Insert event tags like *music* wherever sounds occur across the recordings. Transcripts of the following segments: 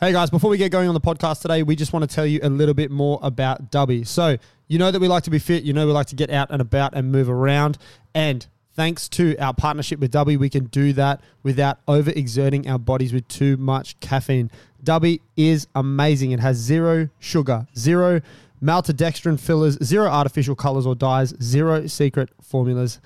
Hey guys, before we get going on the podcast today, we just want to tell you a little bit more about Dubby. So, you know that we like to be fit, you know we like to get out and about and move around. And thanks to our partnership with Dubby, we can do that without overexerting our bodies with too much caffeine. Dubby is amazing. It has zero sugar, zero maltodextrin fillers, zero artificial colors or dyes, zero secret formulas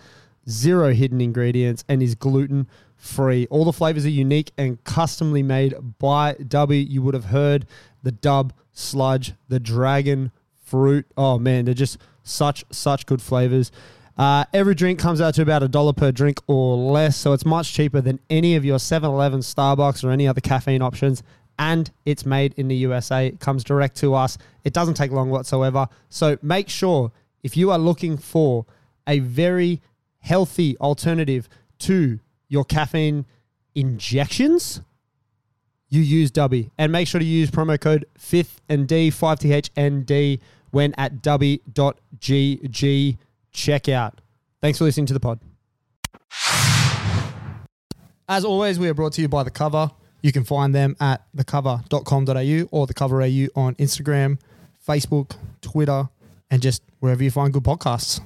zero hidden ingredients, and is gluten free. All the flavors are unique and customly made by W. You would have heard the dub sludge, the dragon fruit. Oh man, they're just such, such good flavors. Uh, every drink comes out to about a dollar per drink or less, so it's much cheaper than any of your 7 Eleven, Starbucks, or any other caffeine options. And it's made in the USA. It comes direct to us. It doesn't take long whatsoever. So make sure if you are looking for a very healthy alternative to your caffeine injections, you use Dubby. And make sure to use promo code 5th and D, 5th and D, when at dubby.gg checkout. Thanks for listening to the pod. As always, we are brought to you by The Cover. You can find them at thecover.com.au or The Cover AU on Instagram, Facebook, Twitter, and just wherever you find good podcasts.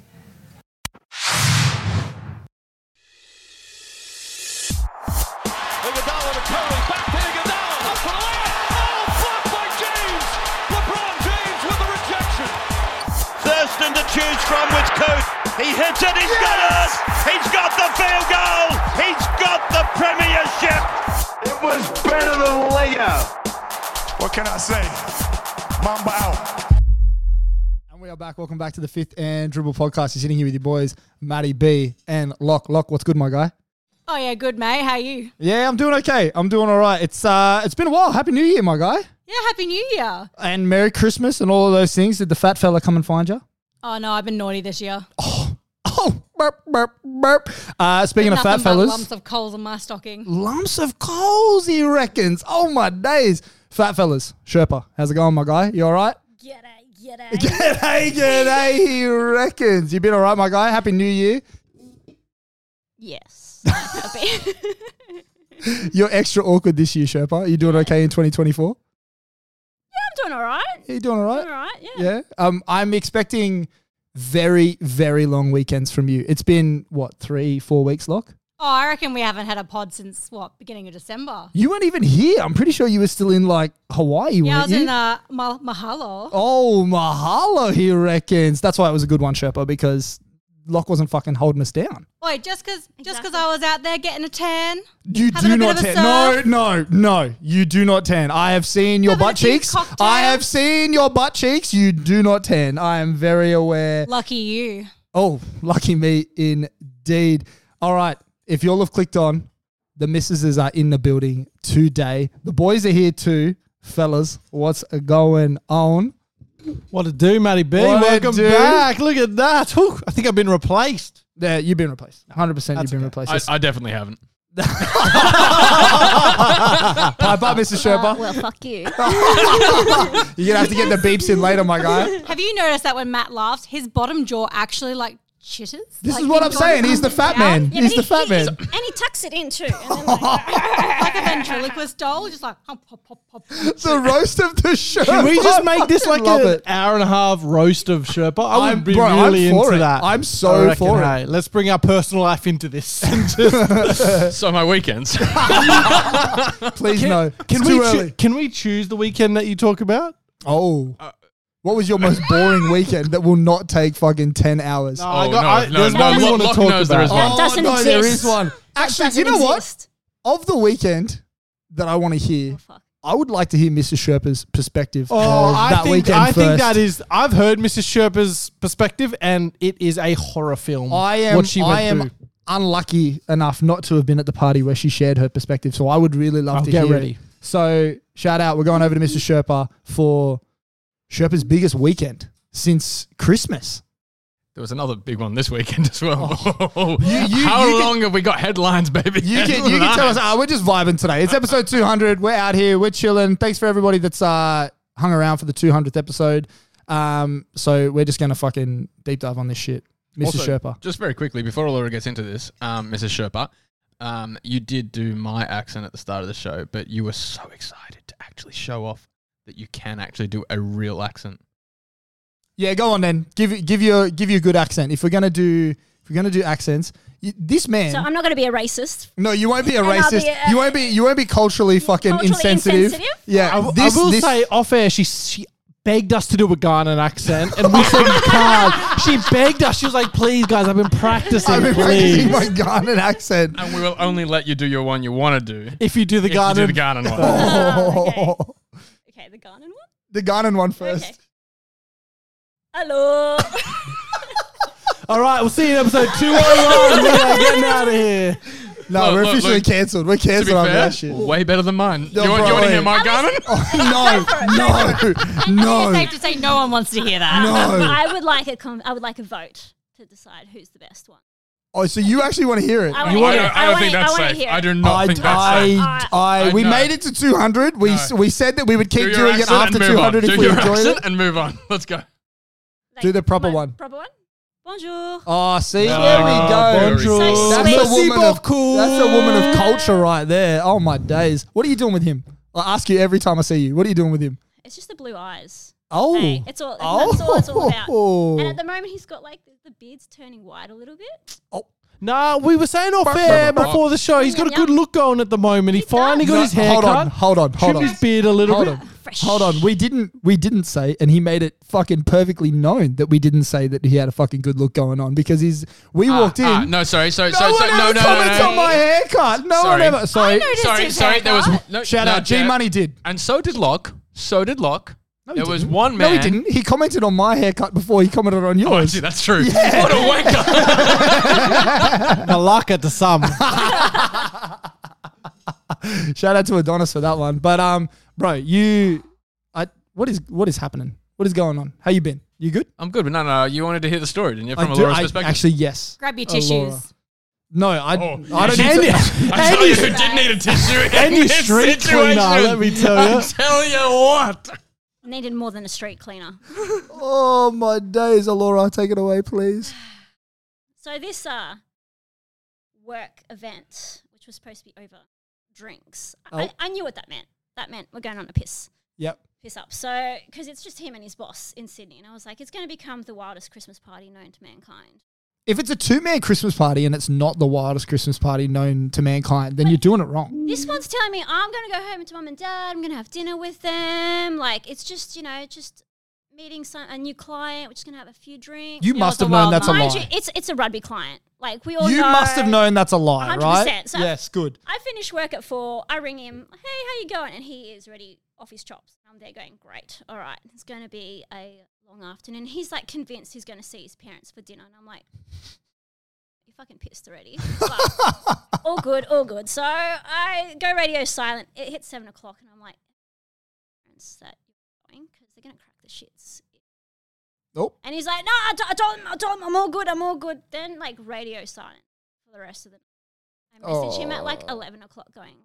Iguodala to Curry, back to Iguodala, up for the layup. Oh, blocked by James. LeBron James with the rejection. Thurston to choose from with Coot. He hits it, he's got it! He's got the field goal! He's got the premiership! It was better than layup. What can I say? Mamba out. And we are back. Welcome back to the fifth and dribble podcast. You're sitting here with your boys, Matty B and Lock. Lock, what's good, my guy? Oh yeah, good mate. How you? Yeah, I'm doing okay. I'm doing all right. It's uh, it's been a while. Happy New Year, my guy, Yeah, happy New Year. and Merry Christmas and all of those things. Did the fat fella come and find you? Oh no, I've been naughty this year. *laughs* Oh, burp, burp, burp. Uh, speaking of Nothing fat but fellas, lumps of coals in my stocking. lumps of coals, he reckons. Oh my days, fat fellas. Sherpa, how's it going, my guy? You all right? *laughs* Get it, get it. G'day, g'day. He reckons. You been all right, my guy? Happy New Year. Yes. Happy. *laughs* You're extra awkward this year, Sherpa. You doing okay in 2024? I'm doing all right. You doing all right? Doing all right. Yeah. Yeah. Um, I'm expecting very, very long weekends from you. It's been what three, four weeks, Lock. Oh, I reckon we haven't had a pod since what beginning of December. You weren't even here. I'm pretty sure you were still in like Hawaii, Yeah, I weren't was you? in uh, Ma- Mahalo. oh, mahalo, he reckons. That's why it was a good one, Sherpa, because Lock wasn't fucking holding us down. Wait, just because just because I was out there getting a tan, You Having do a bit not of a tan. No, no, no. You do not tan. I have seen your Having butt a few cheeks. I have cocktails. seen your butt cheeks. You do not tan. I am very aware. lucky you. Oh, lucky me indeed. All right. If y'all have clicked on, the missuses are in the building today. The boys are here too. Fellas, what's going on? What to do, Matty B? What a Welcome do. back. Look at that. Whew, I think I've been replaced. Yeah, you've been replaced. 100% you've been replaced. I, I *laughs* definitely haven't. Pipe up, Mr. Sherpa. Oh, well, fuck you. You're going to have to get the beeps in later, my guy. Have you noticed that when Matt laughs, his bottom jaw actually like chitters? This is what I'm saying. He's the fat man. Yeah, He's but the fat he- he- man. And he tucks it in too. And then like, *laughs* like a ventriloquist doll, just like hump, hump, hump, hump, hump. the roast of the show. Can *laughs* we just make this like love an it. hour and a half roast of Sherpa? I I'm- would be bro, I'm really for into it. that. I'm so I reckon, for it. hey, Let's bring our personal life into this. *laughs* And just- *laughs* So *laughs* my weekends. Please no. can It's we too choo- early. can we choose the weekend that you talk about? Oh. Uh, What was your most boring weekend that will not take fucking 10 hours? I Oh, got- no, Oh, I- no, there's no, one we Lo- want to Lachlan talk knows about. there is one. That doesn't no, there exist. is one. Actually, do you know exist. what? Of the weekend that I want to hear, fuck. I would like to hear Mr. Sherpa's perspective Oh, of I that think weekend I first. think that is. I've heard Mrs. Sherpa's perspective, and it is a horror film. I am. What she went I am through. unlucky enough not to have been at the party where she shared her perspective. So I would really love Oh, to get hear ready. it. So shout out. We're going over to Mr. Sherpa for Sherpa's biggest weekend since Christmas. there was another big one this weekend *laughs* as well. Oh. *laughs* you- How you can- long have we got headlines, baby? You can, *laughs* you can tell us. Ah, we're just vibing today. It's episode 200. We're out here. We're chilling. Thanks for everybody that's uh, hung around for the 200th episode. Um, so we're just gonna fucking deep dive on this shit, Mr. Also, Sherpa. Just very quickly before Laura gets into this, um, Mrs. Sherpa, um, you did do my accent at the start of the show, but you were so excited to actually show off that you can actually do a real accent. Yeah, go on then. Give give your give you a good accent. If we're gonna do if we're gonna do accents, you, this man. So I'm not going to be a racist. no, you won't be a And I'll be racist. a- you won't be you won't be culturally fucking Culturally insensitive. insensitive? Yeah, I, w- I will *laughs* say off air, she she begged us to do a Ghanaian accent, and we said we can't. She begged us. She was like, "Please, guys, I've been practicing. I've been please, practicing my Ghanaian accent. And we will only let you do your one you want to do. if you do the If you do the Ghanaian, garden one. *laughs* Oh, okay. okay, the Ghanaian one. *laughs* The Ghanaian one first. *laughs* Okay. *laughs* Hello. all right, we'll see you *laughs* in episode two hundred one. We're getting out of here. No, Look, we're look, officially look. cancelled. We're To be cancelled after fair, that shit. way better than mine. No, you want, bro, you want to hear wait. *laughs* my garden? *laughs* Oh, no, It's no, safe to say no one wants to hear that. no. uh, I would like a com- I would like a vote to decide who's the best one. Oh, so you actually want to hear it? I You want want- to I don't, I don't think hear it. I want to- I that's want to safe. hear I it. do not think that's safe. I, I, I we know. made it to 200. We, s No. we said that we would keep Do your doing it after accent and move on. 200 Do if we your enjoyed accent it. and move on. Let's go. Do the proper my- one. Proper one. Bonjour. Oh, see, No, there we no, go. bonjour. So That's sweet. a woman of beaucoup. That's a woman of culture right there. Oh my days. What are you doing with him? I ask you every time I see you. What are you doing with him? It's just the blue eyes. Oh, Hey, it's all. That's all it's all about. Oh. And at the moment, he's got like the, the beard's turning white a little bit. Nah, we were saying off air before the show. He's got a good look going at the moment. He finally got No, his hair hold cut. on, hold on, hold trimmed on. his beard a little Hold bit. on. Hold on. We didn't we didn't say and he made it fucking perfectly known that we didn't say that he had a fucking good look going on because he's we walked in. Ah, no, sorry. So, no so, one so, ever no, no, no, comments no. on my haircut. No Sorry. one ever sorry. noticed Sorry, his sorry. There was haircut. no, Shout no, out. G Jack. Money did. And so did Locke. So did Locke. No, he there was didn't. one man. No, he didn't. He commented on my haircut before he commented on *laughs* Oh, yours. actually, that's true. What a wanker. Malaka to some. Shout out to Adonis for that one. But um, bro, you, I, what is what is happening? What is going on? How you been? You good? I'm good, but no, no, you wanted to hear the story, didn't you? From I a do- Laura's I- perspective. Actually, yes. Grab your Oh, Laura. tissues. No, I, Oh, I don't. yeah, Need she's- to, *laughs* I'm telling you, Andy's- who did need a tissue in *laughs* Any this street cleaner, situation. let me tell ya. I'm telling you what. Needed more than a street cleaner. *laughs* oh my days, Alora, take it away, please. So this uh work event, which was supposed to be over drinks, I, Oh. I knew what that meant. That meant we're going on a piss. Yep. Piss up. So, because it's just him and his boss in Sydney. And I was like, it's going to become the wildest Christmas party known to mankind. If it's a two-man Christmas party and it's not the wildest Christmas party known to mankind, then you're doing it wrong. This one's telling me I'm going to go home to mum and dad. I'm going to have dinner with them. Like, it's just, you know, just meeting some, a new client. We're just going to have a few drinks. You Yeah, must it's a have known wild that's a Mind you, lie. it's, it's a rugby client. Like, we all You know- must have known that's a lie, right? 100%, so- yes, good. I finish work at four. I ring him, hey, how you going? And he is ready off his chops. I'm there going, great, all right, it's going to be a long afternoon. He's like convinced he's going to see his parents for dinner. And I'm like, you're fucking pissed already. *laughs* But all good, all good. So I go radio silent. It hits seven o'clock and I'm like, parents that you're going because they're going to crack the shits. Nope. And he's like, no, I do- I told him, I told him, I'm all good, I'm all good. Then like radio silent for the rest of the I message him at Oh. like 11 o'clock going,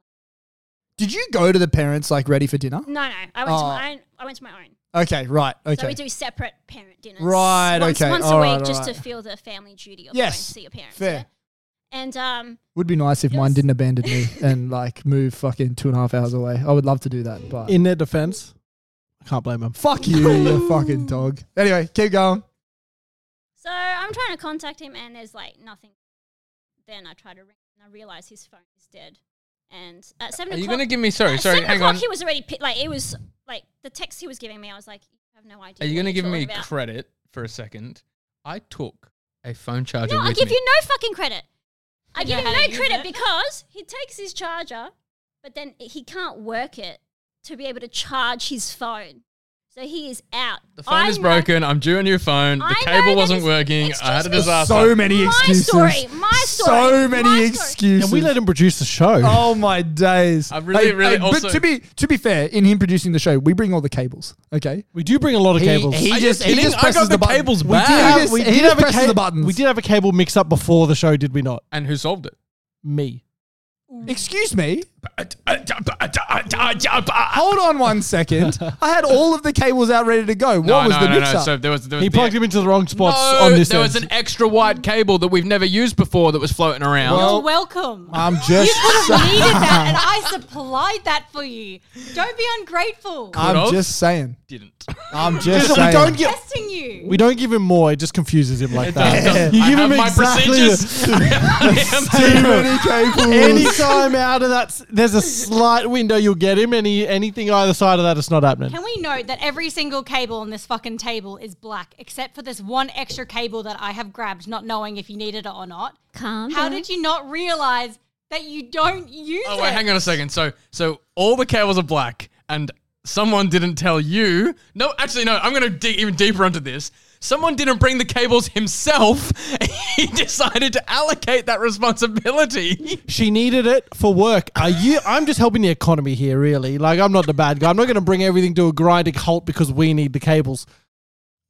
Did you go to the parents like ready for dinner? no, no, I went, to Oh. my own, I went to my own. Okay, right. Okay. So we do separate parent dinners. Right, Once, okay, Once a alright, week just alright. to feel the family duty of Yes, going to see your parents. fair. yeah? And um, Would be nice if It mine was- didn't abandon *laughs* me and like move fucking two and a half hours away. I would love to do that, but In their defense, I can't blame him. fuck *laughs* you, you fucking dog. Anyway, keep going. so I'm trying to contact him and there's like nothing. Then I try to ring and I realize his phone is dead. And at 7 Are o'clock. you going to give me, sorry, at sorry, 7 hang o'clock, on. he was already, pi- like, it was like the text he was giving me, I was like, you have no idea. Are you going to give me about. credit for a second? I took a phone charger No, I with give me. you no fucking credit. I give know him how to no use credit it. because he takes his charger, but then he can't work it to be able to charge his phone. So he is out. the phone is broken. I'm due a new phone. The I know cable that wasn't is- working. I had a excuse me. disaster. So many My excuses. story, my So story, many my story. excuses. And we let him produce the show. Oh my days! I really, really also- But to be to be fair, in him producing the show, we bring all the cables. Okay, We do bring a lot of cables. he Are you just he kidding? just I presses got the button. cables We back. did He have, just- we we did have presses cable, the buttons. We did have a cable mix up before the show, did we not? And who solved it? Me. Excuse me. Hold on one second. I had all of the cables out ready to go. What No, was no, the no, mixer? no. So there was, there was He the- plugged him into the wrong spots no, on this There end. was an extra white cable that we've never used before that was floating around. Well- Oh. You're welcome. Uh, I'm you just could *laughs* have needed that, and I supplied that for you. Don't be ungrateful. Uh, I'm Could've. just saying. didn't. I'm just we saying. don't get testing you. we don't give him more. It just confuses him like that. *laughs* does. You Uh, I give have him my exactly procedures. *laughs* too many cables. Anytime out of that, s- there's a slight window you'll get him. Any anything either side of that, it's not happening. Can we note that every single cable on this fucking table is black, except for this one extra cable that I have grabbed, not knowing if you needed it or not? Calm How did you not realize that you don't use Oh it? wait, hang on a second. So so all the cables are black, and someone didn't tell you. No, actually, no. I'm going to dig even deeper onto this. Someone didn't bring the cables himself. *laughs* He decided to allocate that responsibility. *laughs* She needed it for work. Are you? I'm just helping the economy here, really. Like I'm not the bad guy. I'm not going to bring everything to a grinding halt because we need the cables.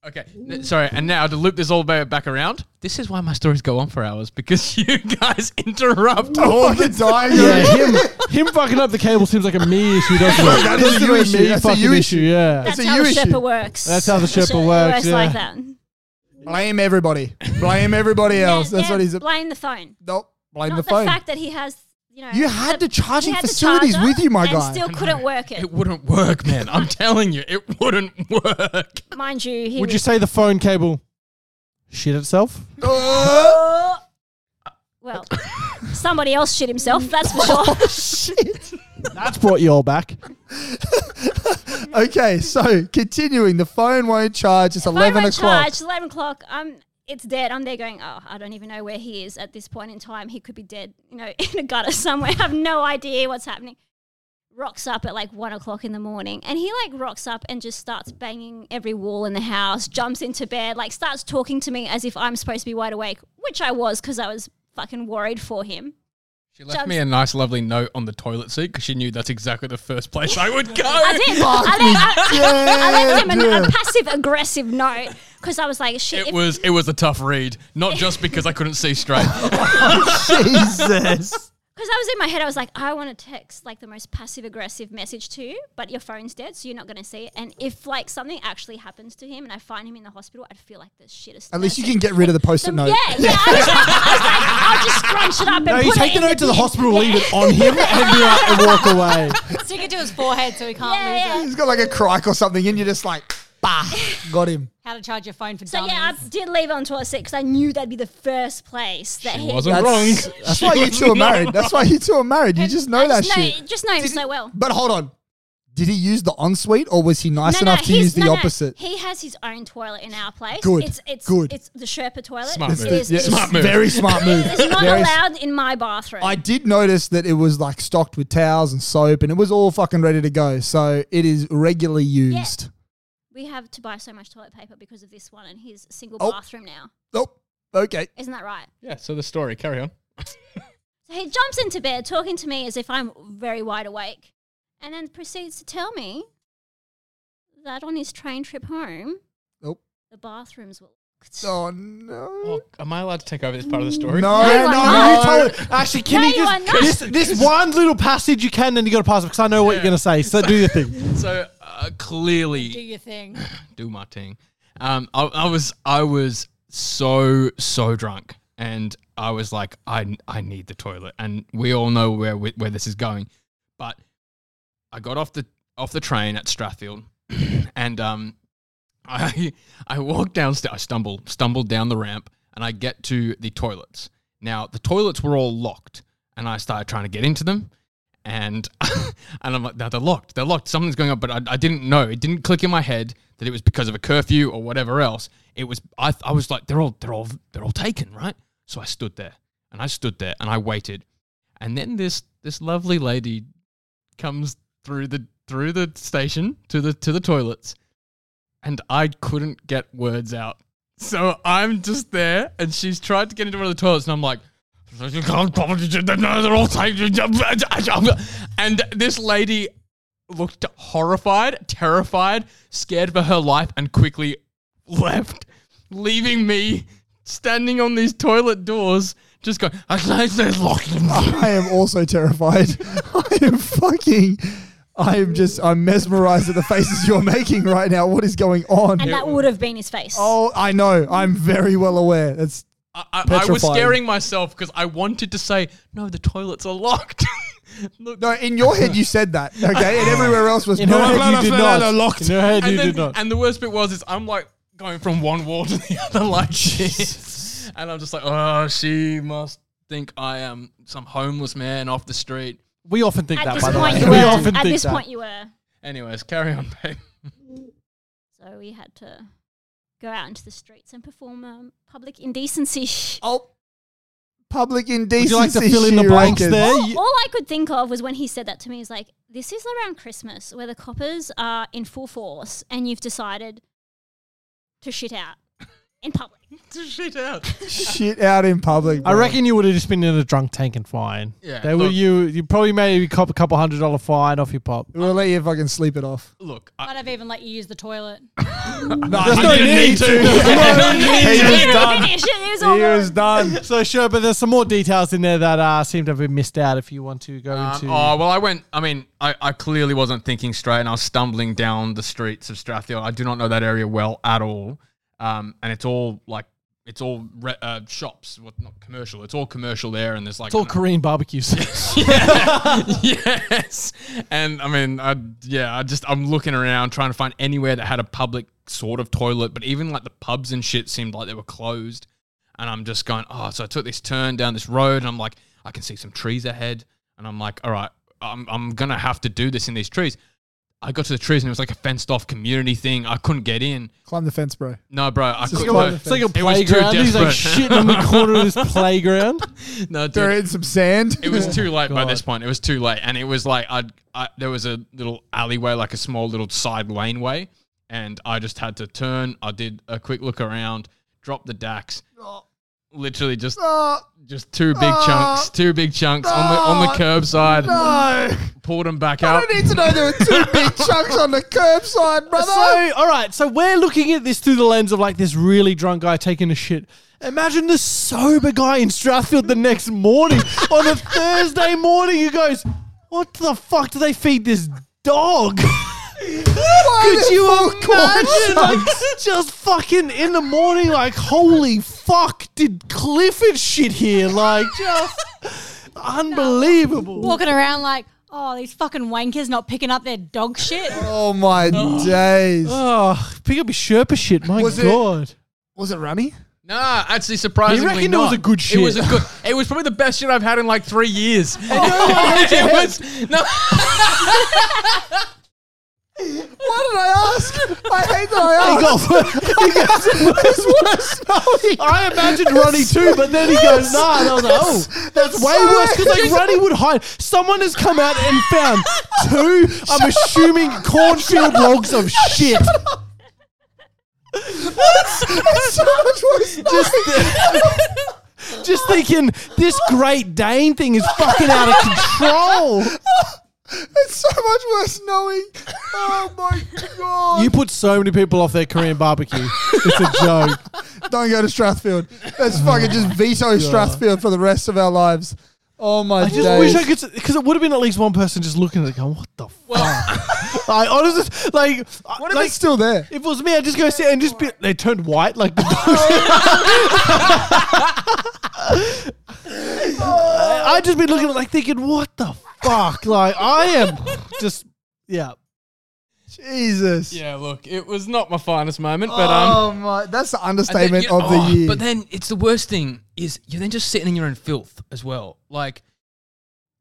Okay, th- sorry. And now to loop this all ba- back around, this is why my stories go on for hours because *laughs* you guys interrupt all Fucking dying. Yeah, *laughs* him him fucking up the cable seems like a me issue, *laughs* doesn't it? That is Doesn't you it issue. me That's a fucking you issue. issue. Yeah. That's It's a how the you Sherpa issue. works. That's how the Sherpa Sherpa works, works yeah. like that. Blame everybody. Blame everybody else. Yeah, That's yeah, what he's. blame the phone. Nope. Blame Not the the, phone. fact that he has, you know, You had the charging he had the facilities charger with you, my and guy. Still couldn't work it, It wouldn't work, man. I'm telling you, it wouldn't work. mind you. He Would you *laughs* was- say the phone cable shit itself? *laughs* Well, somebody else shit himself. That's for sure. That's brought you all back. okay, so continuing, the phone won't charge. It's If I eleven went o'clock. charged, Eleven o'clock. I'm. It's dead. I'm there going. Oh, I don't even know where he is at this point in time. He could be dead. You know, *laughs* in a gutter somewhere. I have no idea what's happening. Rocks up at like one o'clock in the morning, and he like rocks up and just starts banging every wall in the house. Jumps into bed, like starts talking to me as if I'm supposed to be wide awake, which I was because I was fucking worried for him. She left Just- me a nice, lovely note on the toilet seat because she knew that's exactly the first place I *laughs* would go. I did. I left, I, I left him an, a passive aggressive note because I was like, shit. It if- was it was a tough read, *laughs* not just because I couldn't *laughs* see straight. Jesus. Because I was in my head, I was like, I want to text like the most passive aggressive message to you, but your phone's dead, so you're not going to see it. And if like something actually happens to him and I find him in the hospital, I'd feel like the shittest. At least you person. can get rid of the post-it Some- note. Yeah, yeah. I was, like, I was like, I'll just *laughs* scrunch it up and No, put you it take the in note to the bin. hospital, Yeah. leave it on him, and, be like, and walk away. Stick it to his forehead so he can't Yeah, lose yeah. it. He's got like a crike or something, and you're just like, bah, got him. How to charge your phone for So dummies. yeah, I did leave it on toilet seat because I knew that'd be the first place that he. wasn't That's, wrong. that's why you two are married. That's why you two are married. You just know I that just know, shit. Just know him Did so he- well. But hold on. Did he use the ensuite or was he nice enough to he's- use the no, no. opposite? He has his own toilet in our place. Good, It's it's good. it's the Sherpa toilet. Smart It move. is- Yeah, it's Smart move. Very smart move. It's not Very- allowed in my bathroom. I did notice that it was like stocked with towels and soap and it was all fucking ready to go. So it is regularly used. we have to buy so much toilet paper because of this one and his single Oh. bathroom now. Nope. Okay. Isn't that right? yeah. So the story. Carry on. So he jumps into bed talking to me as if I'm very wide awake and then proceeds to tell me that on his train trip home, Nope. the bathrooms were locked. Oh no. Oh, am I allowed to take over this part of the story? No, no, not. you told Actually, can No, you you are just not. this, this one little passage you can, then you got to pass it because I know what you're Yeah. going to say. So do your *laughs* thing. So uh, Do clearly, your *laughs* thing. do my thing. Um, I, I was I was so so drunk, and I was like, I I need the toilet, and we all know where we, where this is going. But I got off the off the train at Strathfield, *clears throat* and um, *laughs* I I walk downstairs. I stumble stumbled down the ramp, and I get to the toilets. Now the toilets were all locked, and I started trying to get into them, and *laughs* and I'm like, no, they're locked. They're locked. Something's going on, but I, I didn't know. It didn't click in my head that it was because of a curfew or whatever else. It was. I I was like, they're all they're all they're all taken, right? So I stood there and I stood there and I waited, and then this this lovely lady comes through the through the station to the to the toilets and I couldn't get words out. So I'm just there and she's tried to get into one of the toilets and I'm like "You can't probably do that. No, they're all taken." and this lady looked horrified, terrified, scared for her life and quickly left, leaving me standing on these toilet doors Just go. I says locked. I am also terrified. *laughs* I am fucking. I am just. I'm mesmerized at the faces you're making right now. What is going on? And that would have been his face. Oh, I know. I'm very well aware. That's. I, I, I was Petrifying. scaring myself because I wanted to say no. The toilets are locked. *laughs* Look, No, in your head you said that, okay, and everywhere else was no. her you head, *laughs* did you did not. not. In her head, you and, did then, not. and the worst bit was is I'm like going from one wall to the *laughs* other like this, and I'm just like, oh, she must think I am some homeless man off the street. We often think at that, this by the point way. *laughs* you We were. often At think this that. point you were. Anyways, carry on, *laughs* babe. So we had to go out into the streets and perform um, public indecency. Oh, public indecency. Would you like to fill in the she blanks reckons. there? All, You- all I could think of was when he said that to me. He's like, "This is around Christmas, where the coppers are in full force, and you've decided to shit out in public." Just shit out. Shit out in public. I bro. reckon you would have just been in a drunk tank and fine. Yeah, They were look. you. You probably made a cop a couple hundred dollar fine off your pop. We'll let you fucking sleep it off. Look, Might I, have even let you use the toilet. *laughs* I didn't *laughs* need to. He was done. *laughs* Finish. It was all gone. done. So sure, but there's some more details in there that uh, seem to have been missed out. If you want to go Um, into, oh well, I went. I mean, I, I clearly wasn't thinking straight, and I was stumbling down the streets of Strathfield. I do not know that area well at all, um, and it's all like it's all re- uh, shops, what not commercial. It's all commercial there, and there's like it's all I don't know, Korean barbecues. *laughs* yes. And I mean, I yeah, I just I'm looking around trying to find anywhere that had a public sort of toilet, but even like the pubs and shit seemed like they were closed. And I'm just going, oh, so I took this turn down this road, and I'm like, I can see some trees ahead, and I'm like, all right, I'm I'm gonna have to do this in these trees. I got to the trees, and it was like a fenced off community thing. I couldn't get in. Climb the fence, bro. No, bro, I just couldn't. go on no. the it's like a It was too playground. He's like desperate. shitting in the corner of *laughs* this playground. No, dude, Throw in some sand. *laughs* It was too late by God. this point. It was too late, and it was like I'd, I there was a little alleyway, like a small little side laneway, and I just had to turn. I did a quick look around, dropped the dax, Oh. literally just Oh, just two big Ah. chunks, two big chunks on the on the curbside. no. Pulled them back I out. Ah. don't need to know there were *laughs* two big chunks on the curbside, brother. So, all right. So we're looking at this through the lens of like this really drunk guy taking a shit. Imagine the sober guy in Strathfield the next morning *laughs* on a Thursday morning who goes, "What the fuck do they feed this dog?" Could you imagine? *laughs* Like, just fucking in the morning, like, holy fuck, did Clifford shit here? Like, just unbelievable. Walking around like, oh, these fucking wankers not picking up their dog shit. oh my days. Oh, pick up your Sherpa shit, my Was it- god. Was it runny? Nah, actually, surprisingly, You reckon it not. was a good shit? It was a good. It was probably the best shit I've had in like three years. Oh. *laughs* it was no. Why did I ask? I hate that I asked. *laughs* He goes, he goes, it's worse. *laughs* I imagined Ronnie too, but then he goes, nah. And I was like, oh, that's way worse. Because like Ronnie would hide. Someone has come out and found two, I'm assuming, cornfield logs of shit. It's so much worse. than *laughs* Just, just thinking, this Great Dane thing is fucking out of *laughs* control. It's so much worse knowing. Oh my god. You put so many people off their Korean barbecue. It's a joke. Don't go to Strathfield. Let's fucking just veto Strathfield for the rest of our lives. Oh my I just days. wish I could, because it would have been at least one person just looking at it going, what the fuck? *laughs* I honestly, like, What if like, it's still there? If it was me, I'd just go sit and just be. They turned white like the *laughs* I- I'd just be looking at it like thinking, what the fuck? Like, I am just. Yeah. Jesus. *laughs* Yeah, look, it was not my finest moment, but um. oh my, that's the And then, understatement you know- of the oh, year. But then it's the worst thing is you're then just sitting in your own filth as well. Like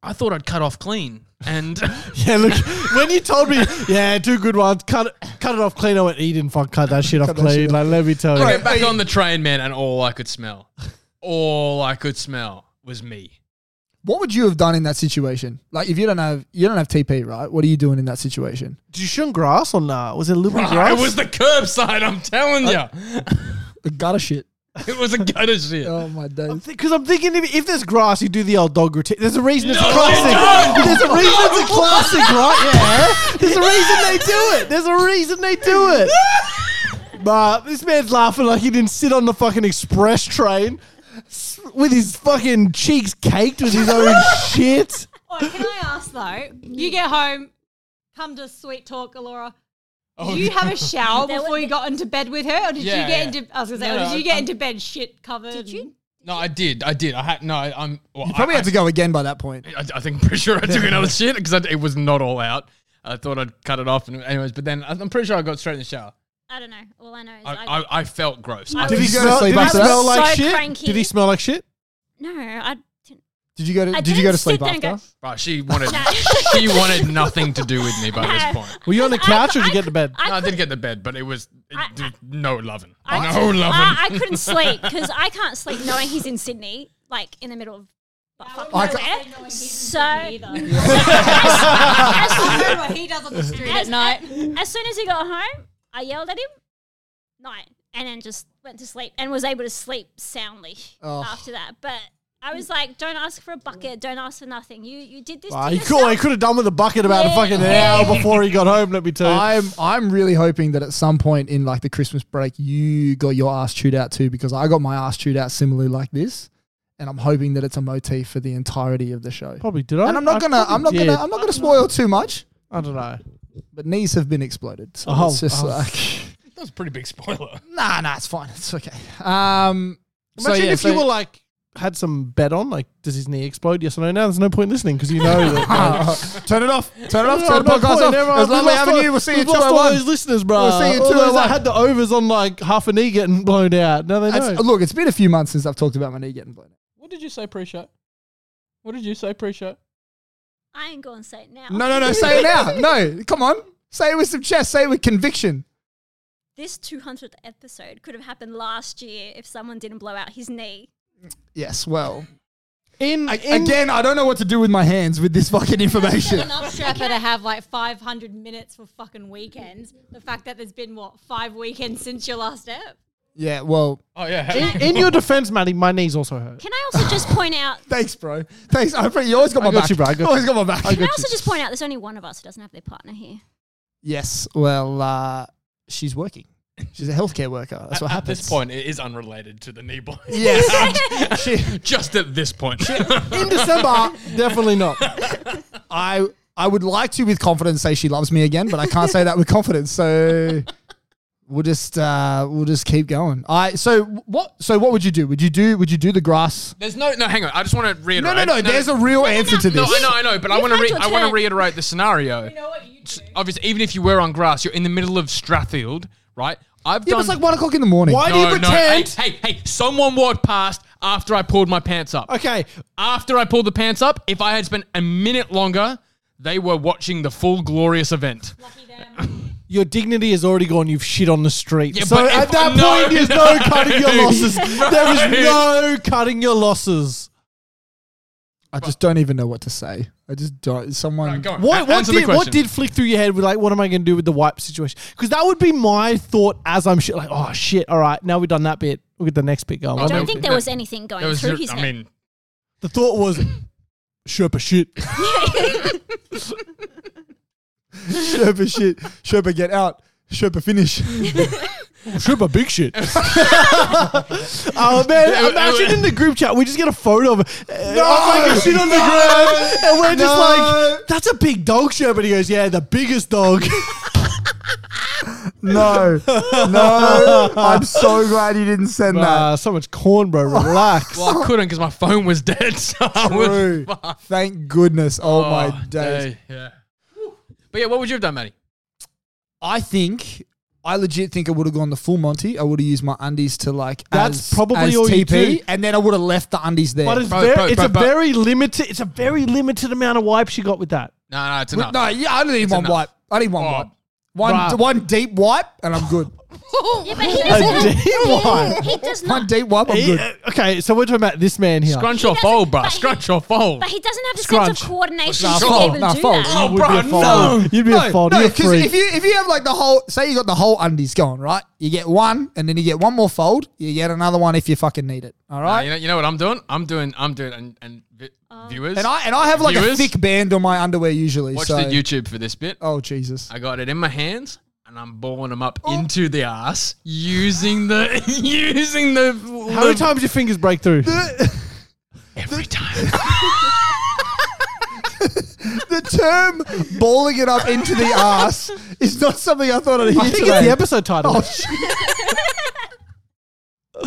I thought I'd cut off clean, and *laughs* Yeah, look, when you told me, yeah, two good ones, cut, it- cut it off clean, I went, he didn't fuck cut that shit off Cut that clean. shit like, let me tell you. I got back on the train, man, and all I could smell, all I could smell was me. what would you have done in that situation? Like if you don't have you don't have TP, right? What are you doing in that situation? Did you shoot on grass or not? Was it a little bit It grass? was the curbside, I'm Uh, telling you. The gutter shit. It was a gutter shit. Oh my days. Because I'm thinking if, if there's grass, you do the old dog routine. There's a reason it's No, a you classic. don't. There's a reason *laughs* it's a classic, right? Yeah. There's a reason they do it. There's a reason they do it. But this man's laughing like he didn't sit on the fucking express train. S- with his fucking cheeks caked with his *laughs* own shit. All right, can I ask though? You get home, come to sweet talk, Alora. Did Oh, you no. have a *laughs* shower There before were- you got into bed with her, or did Yeah, you get yeah. into? I was gonna say, No, or no, did you I- get I'm- into bed shit covered? Did *laughs* you? No, I did. I did. I had no. I- I'm. Well, You probably oh, I, had to go again by that point. I, I think I'm pretty sure I *laughs* took another shit because it was not all out. I thought I'd cut it off, and anyways. But then I'm pretty sure I got straight in the shower. I don't know. All I know is I, I, I, I felt gross. I I Did was he go to sleep did he after that? smell like So shit? cranky. Did he smell like shit? no. I didn't. Did you go to I Did you didn't go to sit sleep there and after? go, Right, she wanted No. *laughs* she wanted nothing to do with me by this No. point. Were you on the couch or did you get to bed? No, I, couldn't- did get the bed, but it was it I- did no loving. I, no loving. I, I couldn't sleep because I can't sleep knowing he's in Sydney, like in the middle of like, fucking I nowhere. So as, *laughs* *laughs* I heard what he does on the street at night. *laughs* as soon as he got home, I yelled at him, night, and then just went to sleep and was able to sleep soundly Oh. after that. But I was like, don't ask for a bucket, don't ask for nothing. You you did this. Ah, to he *laughs* could, he yourself. could have done with a bucket about a Yeah. fucking hour before he got home, let me tell *laughs* you. I'm I'm really hoping that at some point in like the Christmas break, you got your ass chewed out too, because I got my ass chewed out similarly like this, and I'm hoping that it's a motif for the entirety of the show. probably did I? And I'm not I gonna I'm not probably gonna did. I'm not gonna spoil too much, I don't know. but knees have been exploded, so Oh, it's just oh. *laughs* like that was a pretty big spoiler. nah nah it's fine it's okay. Um, so Imagine yeah, if so- *laughs* you were like had some bet on, like does his knee explode? Yes or no? Now there's no point listening because you know *laughs* that. turn it off, turn it off, No, turn the podcast no point, off. It everyone. was We've lovely lost having all- you. We'll see you we've at lost all 201. those listeners, bro. We'll see you at all those 201. that had the overs on like half a knee getting blown out. Now they know. It's- Look, it's been a few months since I've talked about my knee getting blown. What did you say pre-show? What did you say pre-show? I ain't going to say it now. No, no, no. *laughs* Say it now. No, come on. Say it with some chest. Say it with conviction. This 200th episode could have happened last year if someone didn't blow out his knee. Yes. Well, in, in again, I don't know what to do with my hands with this fucking information. *laughs* Enough strapper to have like 500 minutes for fucking weekends. The fact that there's been what five weekends since your last step. Yeah. Well, Oh yeah. in, in your defense, Maddie, my knees also hurt. Can I also just point out? thanks, bro. Thanks. I you always got my I got back. you, bro. I got- always got my back. Can I also just point out? There's only one of us who doesn't have their partner here. Yes. Well, uh, she's working. She's a healthcare worker. That's at, what at happens. this point, it is unrelated to the knee blow. *laughs* Yes. She- Just at this point. in December, definitely not. I I would like to with confidence say she loves me again, but I can't say that with confidence. So we'll just uh, we'll just keep going. I so what so what would you do? Would you do would you do the grass? There's no no. Hang on. I just want to No, reiterate. no, no. There's a real answer to No, this. I know, I know, but I You've want to had re- your I want to turn. reiterate the scenario. You know what you do? Obviously, even if you were on grass, you're in the middle of Strathfield, right? I've Yeah, but done it's like one o'clock in the morning. Why do you pretend? hey, hey, hey, someone walked past after I pulled my pants up. Okay, After I pulled the pants up, if I had spent a minute longer, they were watching the full glorious event. Lucky *laughs* them. your dignity is already gone. You've shit on the street. Yeah, so but at if- that no, point, *laughs* there's no no, cutting your no. *laughs* losses. There is no cutting your losses. I just don't even know what to say. I just don't. Someone. Right, go on. What, A- what, answer the did, what question. did flick through your head with like, what am I going to do with the wipe situation? Because that would be my thought as I'm shit, like, oh shit, all right, now we've done that bit. We'll get the next bit going. I don't no, think no. there was anything going There was through zero- his I head. mean, the thought was, Sherpa shit. Sherpa shit. Sherpa get out. Sherpa finish. Oh, Sherpa big shit. *laughs* oh man, imagine in the group chat, we just get a photo of it. No, I'm like shit on the ground. *laughs* And we're just No. like, that's a big dog, Sherpa. And he goes, yeah, the biggest dog. *laughs* No, no. I'm so glad you didn't send uh, so much corn, bro. Relax. *laughs* well, I couldn't because my phone was dead. *laughs* So I that. was True. fucked. Thank goodness. Oh, my Oh, days. day, Yeah. But yeah, what would you have done, Matty? I think I legit think I would have gone the full Monty. I would have used my undies to like That's as- probably as all you TP, do. and then I would have left the undies there. But it's, Bro, very, bro, it's bro, a bro. very limited. It's a very limited amount of wipes you got with that. No, no, it's Wait, enough. no, yeah, I don't need one enough. wipe. I need one Oh. wipe. One Bruh. one deep wipe, and I'm *laughs* good. Yeah, but he A doesn't. deep wipe. He does One not. deep wipe, I'm He- good. uh, okay, so we're talking about this man here. Scrunch or doesn't- fold, bruh. but he- Scrunch or fold. But he doesn't have the sense Scrunch. of coordination Nah, to fold. be able to Nah, do fold. that. Oh, You'd be bruh, a folder. no. You'd be a fold. You're a because freak. if you if you have like the whole say you got the whole undies gone, right? You get one, and then you get one more fold. You get another one if you fucking need it. All Nah, right. you, know, you know what I'm doing? I'm doing, I'm doing, and, and vi- Um, viewers. and I and I have like Viewers? a thick band on my underwear usually. watch so. the YouTube for this bit. Oh Jesus! I got it in my hands. and and I'm balling them up into the ass using the *laughs* using the. How many times your fingers break through? Every time. the term balling it up into the ass is not something I thought I'd hear I think today. it's the episode title. Oh, *laughs*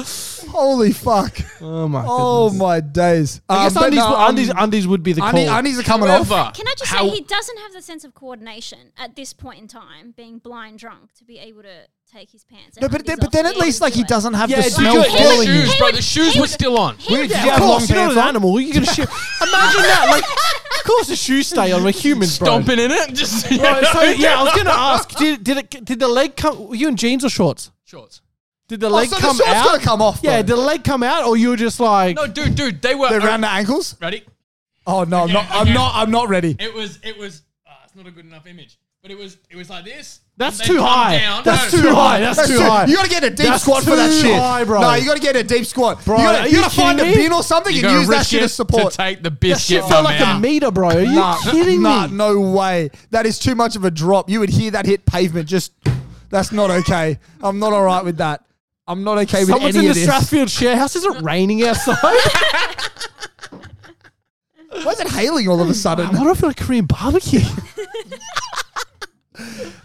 shit. Holy fuck. Oh *laughs* my! Oh goodness. my days. I guess Um, but undies, no, would- um, undies, undies would be the undi- call. undies are coming off. However, Can I just how- say he doesn't have the sense of coordination at this point in time, being blind drunk to be able to take his pants. No, and but, undies then- but off then to at be able least to like do he it. doesn't have Yeah, the did smell you- the he would- killing you. shoes, bro. The shoes were still on. He Weird, would- yeah, of long course, you're not pants an on. animal. You're gonna shit. Imagine that. Like, of course, the shoes stay on. We're humans, bro. Stomping in it, just Bro, *laughs* so yeah, I was gonna ask. Did, did it? Did the leg come? Were you in jeans or shorts? shorts. Did Oh, the leg Oh, so the come shorts out? gotta come off, Yeah, bro. did the leg come out, or you were just like? No, dude, dude, they were They're around the ankles. ready. Oh no, I'm not. I'm okay. not. I'm not ready. It was, it was. Uh, it's not a good enough image, but it was, it was like this. That's and they too come high. down. That's too high. That's too high. You gotta get a deep That's squat for that too shit. high, bro. No, you gotta get a deep squat. Bro, you are gotta, you you gotta find a kidding me? bin or something You and gotta use that risk shit it as support. to take the That biscuit shit from felt like a out. meter, bro. Are you nah, kidding nah, me? no way. That is too much of a drop. You would hear that hit pavement. Just that's not okay. I'm not all right with that. I'm not okay with Someone's any in the of this. Strathfield share house. Is it raining *laughs* outside? Why is it hailing all of a sudden? *laughs* I want to feel like *laughs* Korean barbecue.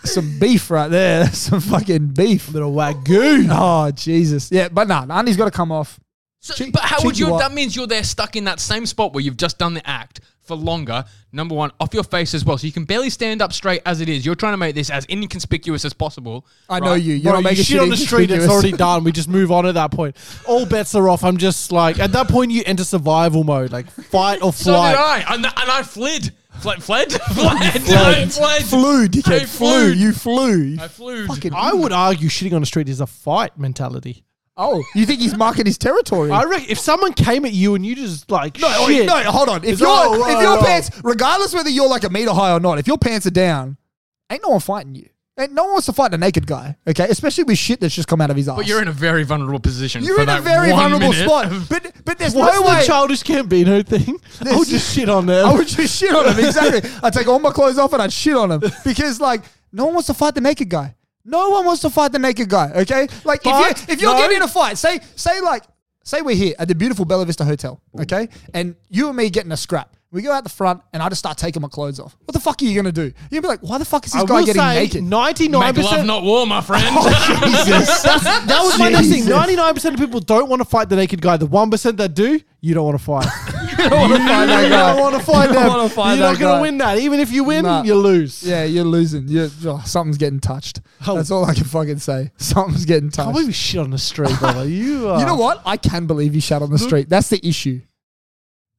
some beef right there. *laughs* That's some fucking beef. Little wagyu. Oh Jesus. Yeah, but nah, Andy's got to come off. So, Cheek- but how would cheeky you? what? That means you're there stuck in that same spot where you've just done the act for longer. Number one, off your face as well, so you can barely stand up straight as it is. You're trying to make this as inconspicuous as possible. I know right? you. You're Bro, not you making shit on the street. It's already done. We just move on at that point. All bets are off. I'm just like at that point you enter survival mode, like fight *laughs* or So flight. did I, and, and I fled, fled, fled, fled, fled. fled, fled. flew, dickhead. I Flew. *laughs* flew. You flew. I flew. Fucking- I would argue shitting on the street is a fight mentality. Oh, you think he's marking his territory? I reckon if someone came at you and you just like no, shit, wait, no, hold on. If It's your all if right your off. pants, regardless whether you're like a meter high or not, if your pants are down, ain't no one fighting you. Ain't no one wants to fight a naked guy. Okay, especially with shit that's just come out of his ass. But you're in a very vulnerable position. You're for in a that very one vulnerable minute. *laughs* spot. But but there's what's no the way. childish Gambino thing? I would just shit on *laughs* them. I would just shit on him. Exactly. I'd take all my clothes off and I'd shit on him because, like, no one wants to fight the naked guy. No one wants to fight the naked guy. Okay, like if But, you if you're no. getting in a fight, say say like say we're here at the beautiful Bella Vista Hotel, okay, and you and me getting a scrap. We go out the front and I just start taking my clothes off. What the fuck are you gonna do? You'd be like, why the fuck is this I guy will getting say naked? *laughs* ninety-nine Make love, percent. not war, my friend. *laughs* That was my next thing. Jesus. Ninety-nine percent of people don't want to fight the naked guy. The one percent that do, you don't want to fight. *laughs* that you guy. don't want to *laughs* fight You don't them. wanna fight You're that not going guy. to win that. Even if you win, Nah. you lose. yeah, you're losing. You're, oh, something's getting touched. Oh. That's all I can fucking say. *laughs* Something's getting I touched. can't believe you shit on the street, brother. You, uh, are you know what? I can believe you shot on the street. That's the *laughs* issue.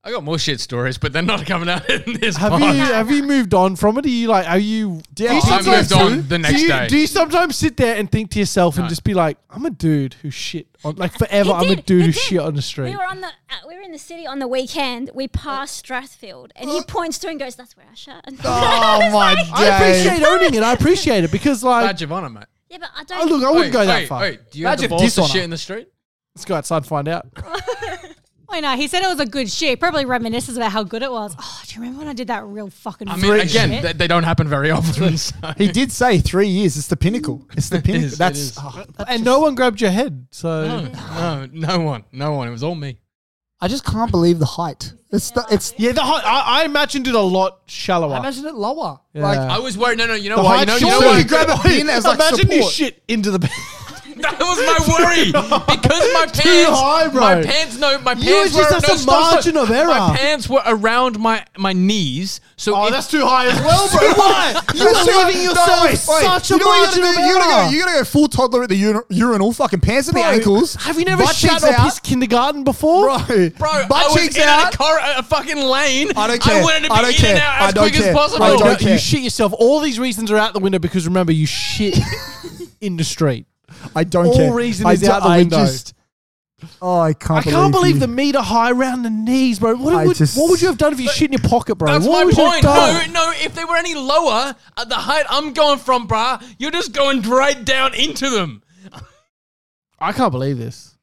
I got more shit stories, but they're not coming out in this. Have you pod. have you moved on from it? Are you like are you? Do you I sometimes- moved on the do next you- day. Do you sometimes sit there and think to yourself and No. just be like, I'm a dude who shit on like forever. He I'm a did, dude he who did. shit on the street. We were on the uh, we were in the city on the weekend. We passed Strathfield, and *gasps* he points to it and goes, "That's where I *laughs* shot." *laughs* Oh my god! I appreciate owning it. I appreciate it because like, Badge of honor, mate. yeah, but I oh, don't. look, I wouldn't Wait, go that wait, far. Wait, do you have Badge the of balls to dishonor. shit in *laughs* the street? Let's go outside and find out. Wait, no, he said it was a good shit. He Probably reminisces about how good it was. Oh, do you remember when I did that real fucking? I mean, freak again, shit? they, they don't happen very *laughs* often. So. He did say three years. It's the pinnacle. It's the pinnacle. is, it That's is. oh, And no one grabbed your head, so No, no, no one, no one. It was all me. I just can't believe the height. It's the, it's. yeah. The height, I, I imagined it a lot shallower. I imagine it lower. Yeah. Like I was worried. No, no, you know the what? *laughs* height, You know, surely you know sure. what? You grab a pin as, like, imagine you support. shit into the bed. That was *laughs* my worry because *laughs* my pants, high, bro. my pants, no, my You pants were just were at no, the stop, stop. margin of error. My pants were around my my knees, so Oh, if- that's too high as *laughs* well, bro. *laughs* Why? *laughs* You're That's leaving right. yourself No, wait, wait. such You a know what margin you of gotta do? You gotta error. go. You gotta go full toddler at the uni- urinal. Fucking pants at the Bro, ankles. Have you never butt shat cheeks or out? pissed kindergarten before? bro? Bro, butt I was cheeks in out. a, car, a fucking lane. I don't care. I wanted to be I don't in care. and out I as don't quick care. as possible. I No, don't care. you shit yourself. All these reasons are out the window because remember, you *laughs* shit in the street. I don't All care. reason I is do- out the I window. just- oh, I can't. I can't believe you. *laughs* the meter high round the knees, bro. I What, would, just- what would you have done if you shit in your pocket, bro? That's What my would you have point. done? No, no. If they were any lower at the height I'm going from, brah, you're just going right down into them. I can't believe this.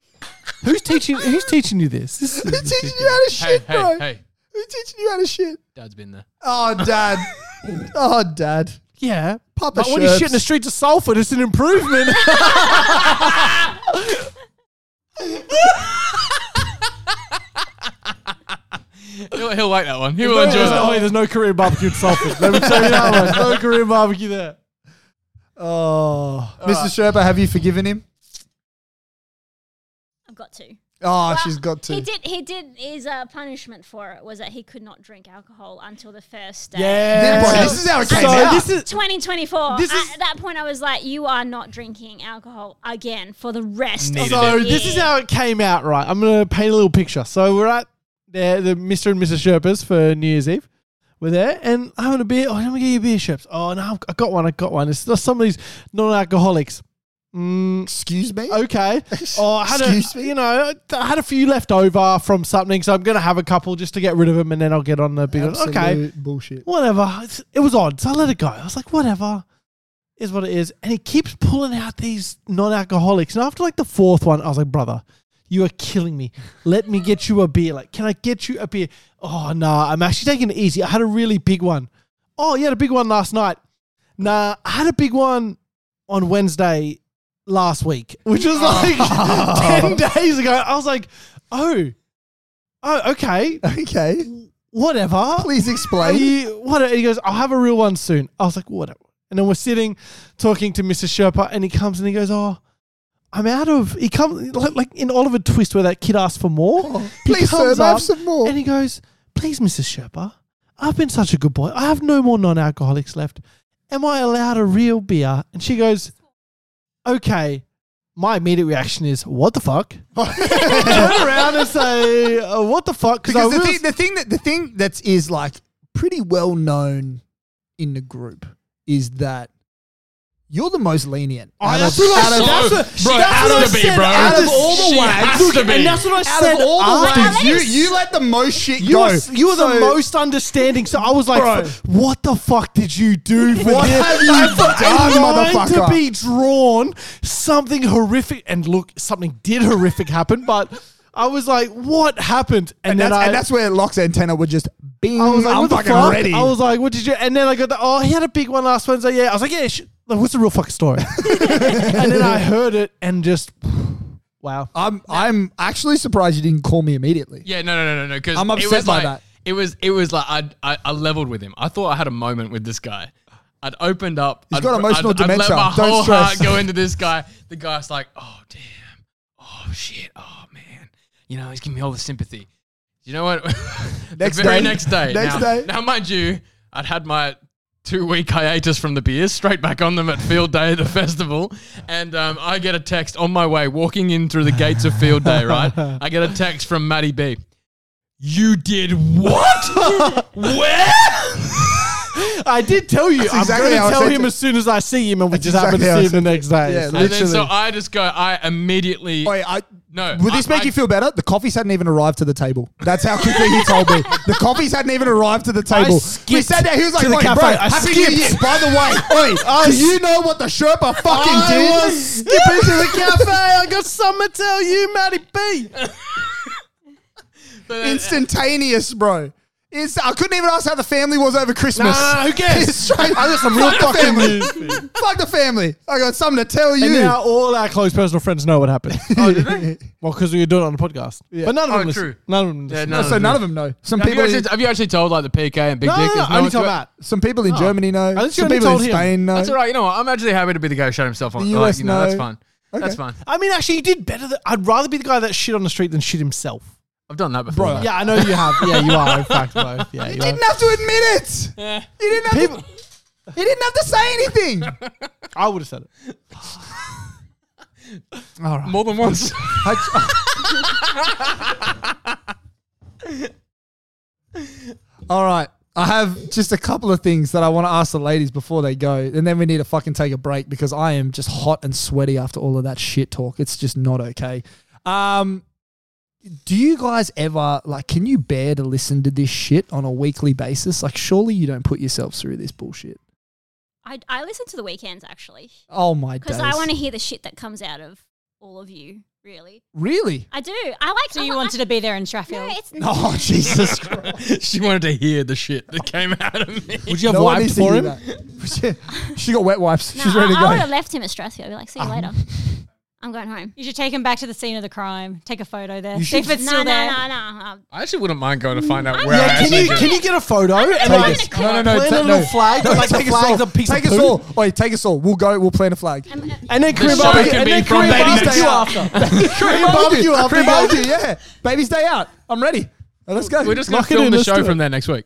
Who's teaching? Who's teaching you this? This Who is teaching you how to Hey, shit, hey, bro? hey. Who teaching you how to shit? *laughs* Dad's been there. Oh, dad. oh, dad. Yeah. Pub the But when you shit in shirts. the streets of Salford, it's an *laughs* improvement. He'll, he'll like that one. He will enjoy there's, no, that. there's no Korean barbecue in Salford. Let me tell you that much. No Korean barbecue there. Oh, Mr. Sherpa, have you forgiven him? I've got to. Oh, she's got to. He did. He did. His uh, punishment for it was that he could not drink alcohol until the first day. Yeah. Boy, this is how it came so out. This is, 2024. This is- At that point, I was like, "You are not drinking alcohol again for the rest Needed of the so it. year." this is how it came out, right? I'm gonna paint a little picture. So we're at there, the Mr. and Mrs. Sherpas for New Year's Eve. We're there and I having a beer. Oh, let me get you a beer, Sherps. Oh no, I've- I got one. I got one. It's just some of these non-alcoholics. Mm, Excuse me? okay. Oh, I had Excuse a, you know, I had a few left over from something, so I'm gonna have a couple just to get rid of them, and then I'll get on the big one. Okay. Absolute Bullshit. whatever. It's- It was odd, so I let it go. I was like, whatever, is what it is. And he keeps pulling out these non-alcoholics. And after like the fourth one, I was like, brother, you are killing me. Let me get you a beer. Like, can I get you a beer? Oh nah, I'm actually taking it easy. I had a really big one. Oh, you had a big one last night. Nah, I had a big one on Wednesday last week, which was like *laughs* ten days ago. I was like, oh, oh, okay, Okay. whatever. Please Are explain. you, what, he goes, I'll have a real one soon. I was like, whatever. And then we're sitting talking to Mr. Sherpa, and he comes and he goes, Oh, I'm out of. He comes, like, like in Oliver Twist, where that kid asks for more. He Oh, please, sir, comes I have up some more. And he goes, Please, Mrs. Sherpa, I've been such a good boy. I have no more non alcoholics left. Am I allowed a real beer? And she goes, Okay. My immediate reaction is, What the fuck? *laughs* Turn around and say, "Uh, What the fuck? Because I the will thing, the thing that the thing that is like pretty well known in the group is that you're the most lenient. Oh, Out of- out of- So- bro, that's has what to I be, said, bro. out of all the She wags, has look, to be. and that's what I out said. of all the after wags, you- you, you let the most shit You go. were, you were the So- most understanding. So I was like, Bro. "What the fuck did you do for What this? have you I'm done, trying motherfucker? To be drawn something horrific, and look, something did horrific happen. But I was like, "What happened?" And, And then that's, I, and that's where Locke's antenna would just bing. I was like, Mm, I'm what the fucking fuck? ready. I was like, what did you? And then I got the, oh, he had a big one last Wednesday. Yeah. I was like, yeah, sh- like, what's the real *laughs* fucking story? and then I heard it and just, wow. I'm I'm actually surprised you didn't call me immediately. Yeah, no, no, no, no, no. Because I'm it upset was by like, that. It was, it was like I, I, I leveled with him. I thought I had a moment with this guy. I'd opened up. He's I'd, got emotional I'd, I'd dementia. let my Don't whole stress. heart go into this guy. The guy's like, oh damn, oh shit, oh man. You know, he's giving me all the sympathy. You know what? *laughs* Next the very day. next day. Next now, day. Now, mind you, I'd had my two week hiatus from the beers straight back on them at field day at the festival. And um, I get a text on my way, walking in through the gates of field day, right? I get a text from Maddie B. You did what? Where? I did tell you. I'm exactly how going I to tell said him to- as soon as I see him, and we That's just happen exactly how I to see said him the next day. Yeah, So- And then so Literally. I just go, I immediately. Wait, I No, Would this I- make I- you *laughs* feel better? The coffees hadn't even arrived to the table. That's how quickly he told me. The coffees hadn't even arrived to the table. We skipped sat down. He was like, to the "Oi, cafe. bro, I happy skipped." New Year." By the *laughs* way, oi, I do s- you know what the Sherpa fucking I did? was skipping to the cafe. I got something to tell you, Matty B. but- Instantaneous, bro. Inst- I couldn't even ask how the family was over Christmas. *laughs* Nah, who cares? I got some real fucking news, Fuck the family. I got something to tell you. And now all our close personal friends know what *laughs* happened. Oh, did they? well, because we were doing it on the podcast. But none of Oh, them listen. true. None of them listen. Yeah, No, no, so no, none no. of them know. Some Have you, people, actually, have you actually told like the PK and Big No, Dick? no, no, is no only one to tell it? Matt. Uh, some people in Germany know. I just Some Oh. only people in told him. Spain know. That's all right. You know what? I'm actually happy to be the guy shouting himself on. The like, US you know, that's no. fine. That's fine. I mean, actually, you did better. Than, I'd rather be the guy that shit on the street than shit himself. I've done that before. though. Yeah, I know you have. Yeah, you are. In fact, both. Yeah, you You are. didn't have to admit it. You didn't have to. He didn't have to say *laughs* anything. I would have said it. All right. more than *laughs* once. All right. I have just a couple of things that I want to ask the ladies before they go. And then we need to fucking take a break because I am just hot and sweaty after all of that shit talk. It's just not okay. Um, do you guys ever, like, can you bear to listen to this shit on a weekly basis? Like, surely you don't put yourselves through this bullshit. I, I listen to the weekends actually Oh my god. because I want to hear the shit that comes out of all of you, really. Really? I do. I like. So you wanted to be there in Sheffield? No, *laughs* it's Oh, Jesus Christ. she wanted to hear the shit that came out of me. Would you have No one wiped needs to for hear him? that. she got wet wipes. No, She's ready to I, go. I would have left him at Strathfield. I'd be like, see you Um. *laughs* later. I'm going home. You should take him back to the scene of the crime. Take a photo there. You See if should- it's no, still no, there. no, no, I actually wouldn't mind going to find out where I Mm, Yeah, can actually you did. can you get a photo and I'm like gonna No, no, no, plant ta- a little no. flag, No, like the take us all. flag's a piece take of us poo? all. Oi, take us all. We'll go. We'll plant a flag. no. Um, and then The Korean show barbecue, can and be then from Korean Baby's barbecue Day Out. after. Korean barbecue. Korean barbecue. Yeah, baby's day out. I'm ready. Now, let's go. We're just Knock going it to film in, the let's do show it. from there next week.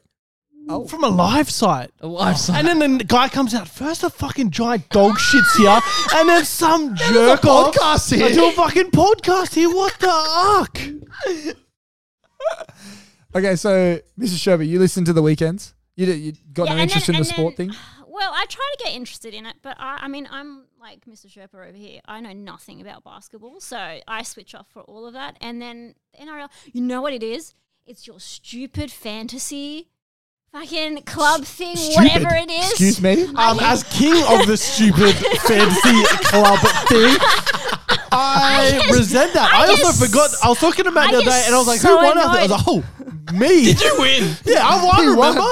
From a live site. A live And then the guy comes out. First, a fucking giant dog shits here, and then some There's jerk a off. podcast I here. do a fucking podcast here. What the ark? Okay, so Mrs. Sherbert, you listen to the weekends. You, d- you got no Yeah, and interest then- in the and then- *gasps* sport thing. *sighs* Well, I try to get interested in it, but I, I mean, I'm like Mr. Sherpa over here. I know nothing about basketball, so I switch off for all of that. And then the NRL, you know what it is? It's your stupid fantasy fucking club thing, whatever it is. Excuse me. Um, as king of *laughs* the stupid fantasy club thing, I, resent that. I, I also get forgot. I was talking about I the other get day, and I was like, so "Who won?" I was like, "Oh, *laughs* me." Did you win. Yeah, I won. He won. Remember?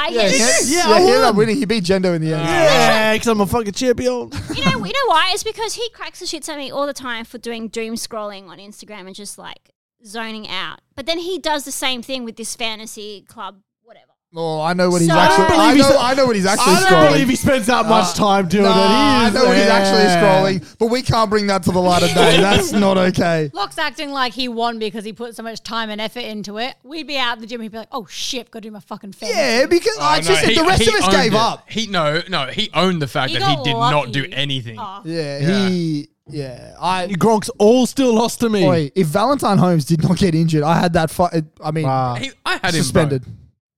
I yeah, get yeah, yeah, I he ended up won. winning. He beat Gendo in the end. Yeah, because I'm a fucking champion. you know, you know why? It's because he cracks the shits at me all the time for doing doom scrolling on Instagram and just like zoning out. But then he does the same thing with this fantasy club, whatever. Oh, I know what he's So- actually. I don't I believe he's- know, I know what he's actually I don't scrolling. believe he spends that much time doing Uh, Nah, it. He I is- know what he's actually Yeah. scrolling, but we can't bring that to the light of day. That's not okay. Locke's acting like he won because he put so much time and effort into it. We'd be out at the gym. He'd be like, "Oh shit, gotta do my fucking thing." Yeah, because Oh, I no, just said he- the rest he of us owned gave it. up. He no, no, he owned the fact You that he got did not lucky. do anything. Oh. Yeah, Yeah. he. Yeah, I. Gronk's all still lost to me. Boy, if Valentine Holmes did not get injured, I had that fight. I mean, He, I had him suspended. bro.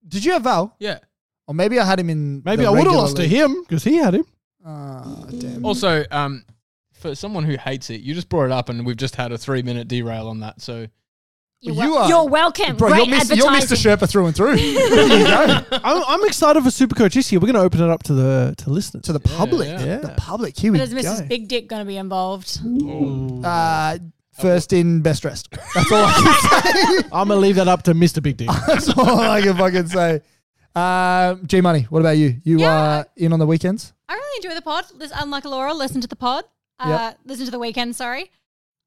Did you have Val? Yeah. Or maybe I had him in. Maybe the I would have regular lost to league. him because he had him. Ah, damn. Also, um, for someone who hates it, you just brought it up, and we've just had a three-minute derail on that. So You're, You wel- are- *laughs* you're welcome. Bro, Great you're, Mr. advertising. you're Mr. Sherpa through and through. *laughs* there you go. I'm, I'm excited for Supercoach this year. We're going to open it up to the to listeners. To the public. yeah. Yeah. The public. Here we But is go. Mrs. Big Dick gonna be involved? Uh, first in, best dressed. *laughs* That's all I can say. I'm going to leave that up to Mr. Big D. *laughs* That's all I can fucking say. Um, G Money, what about you? You are in on the weekends? I really enjoy the pod. Lis- Unlike Laura, listen to the pod. Uh, Yep. Listen to the weekend. Sorry,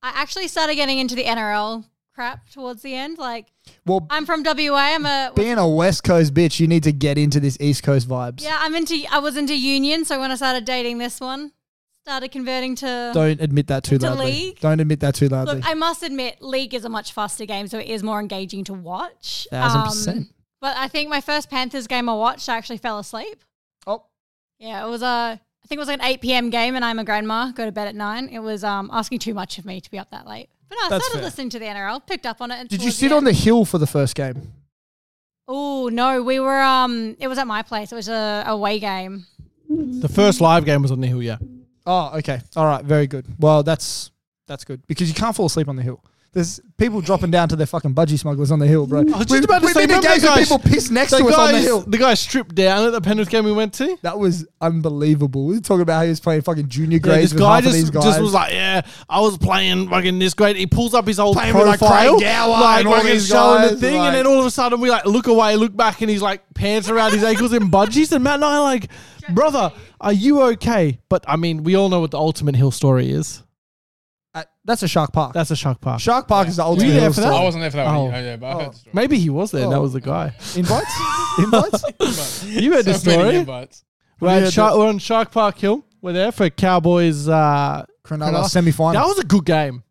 I actually started getting into the NRL crap towards the end. Like Well, I'm from WA. I'm a being a West Coast bitch, you need to get into this East Coast vibes. yeah. I'm into. I was into union, so when I started dating this one, started converting to. Don't admit that too To loudly. league? Don't admit that too loudly. Look, I must admit, League is a much faster game, so it is more engaging to watch. Thousand Um, percent. But I think my first Panthers game I watched, I actually fell asleep. Oh. Yeah, it was a. I think it was like an 8 p.m. game, and I'm a grandma, go to bed at nine. It was um, asking too much of me to be up that late. But no, I That's started fair. listening to the NRL, picked up on it. Did you sit on the hill for the first game? Oh no, we were. Um, it was at my place. It was a away game. the first live game was on the hill, yeah. Oh, okay. All right. Very good. Well, that's that's good because you can't fall asleep on the hill. There's people dropping down to their fucking budgie smugglers on the hill, bro. was just about to we've say, been remember games where guys- people piss next The to us on the guy, hill. the guy stripped down at the Penrith game we went to. That was unbelievable. We were talking about how he was playing fucking junior Yeah, grades this with guy half of just, these guys. just was like, yeah, I was playing fucking this great. He pulls up his old Playing with, like, profile, Craig Gower like and all fucking these showing the guys, thing, like- and then all of a sudden we like look away, look back, and he's like pants around his ankles in budgies, and Matt and I are like, brother, are you okay? But I mean, we all know what the ultimate hill story is. Uh, that's a shark park. That's a shark park. shark park is the ultimate. you there hill for that? story. I wasn't there for that Oh. one. Oh, yeah, but I heard the story. Maybe he was there. and That Oh. was the guy. *laughs* Invites? Invites? You heard the So many story. invites. We're, at Yeah, Shark, we're on Shark Park Hill. We're there for Cowboys. Uh, Cronulla semi-final. That was a good game.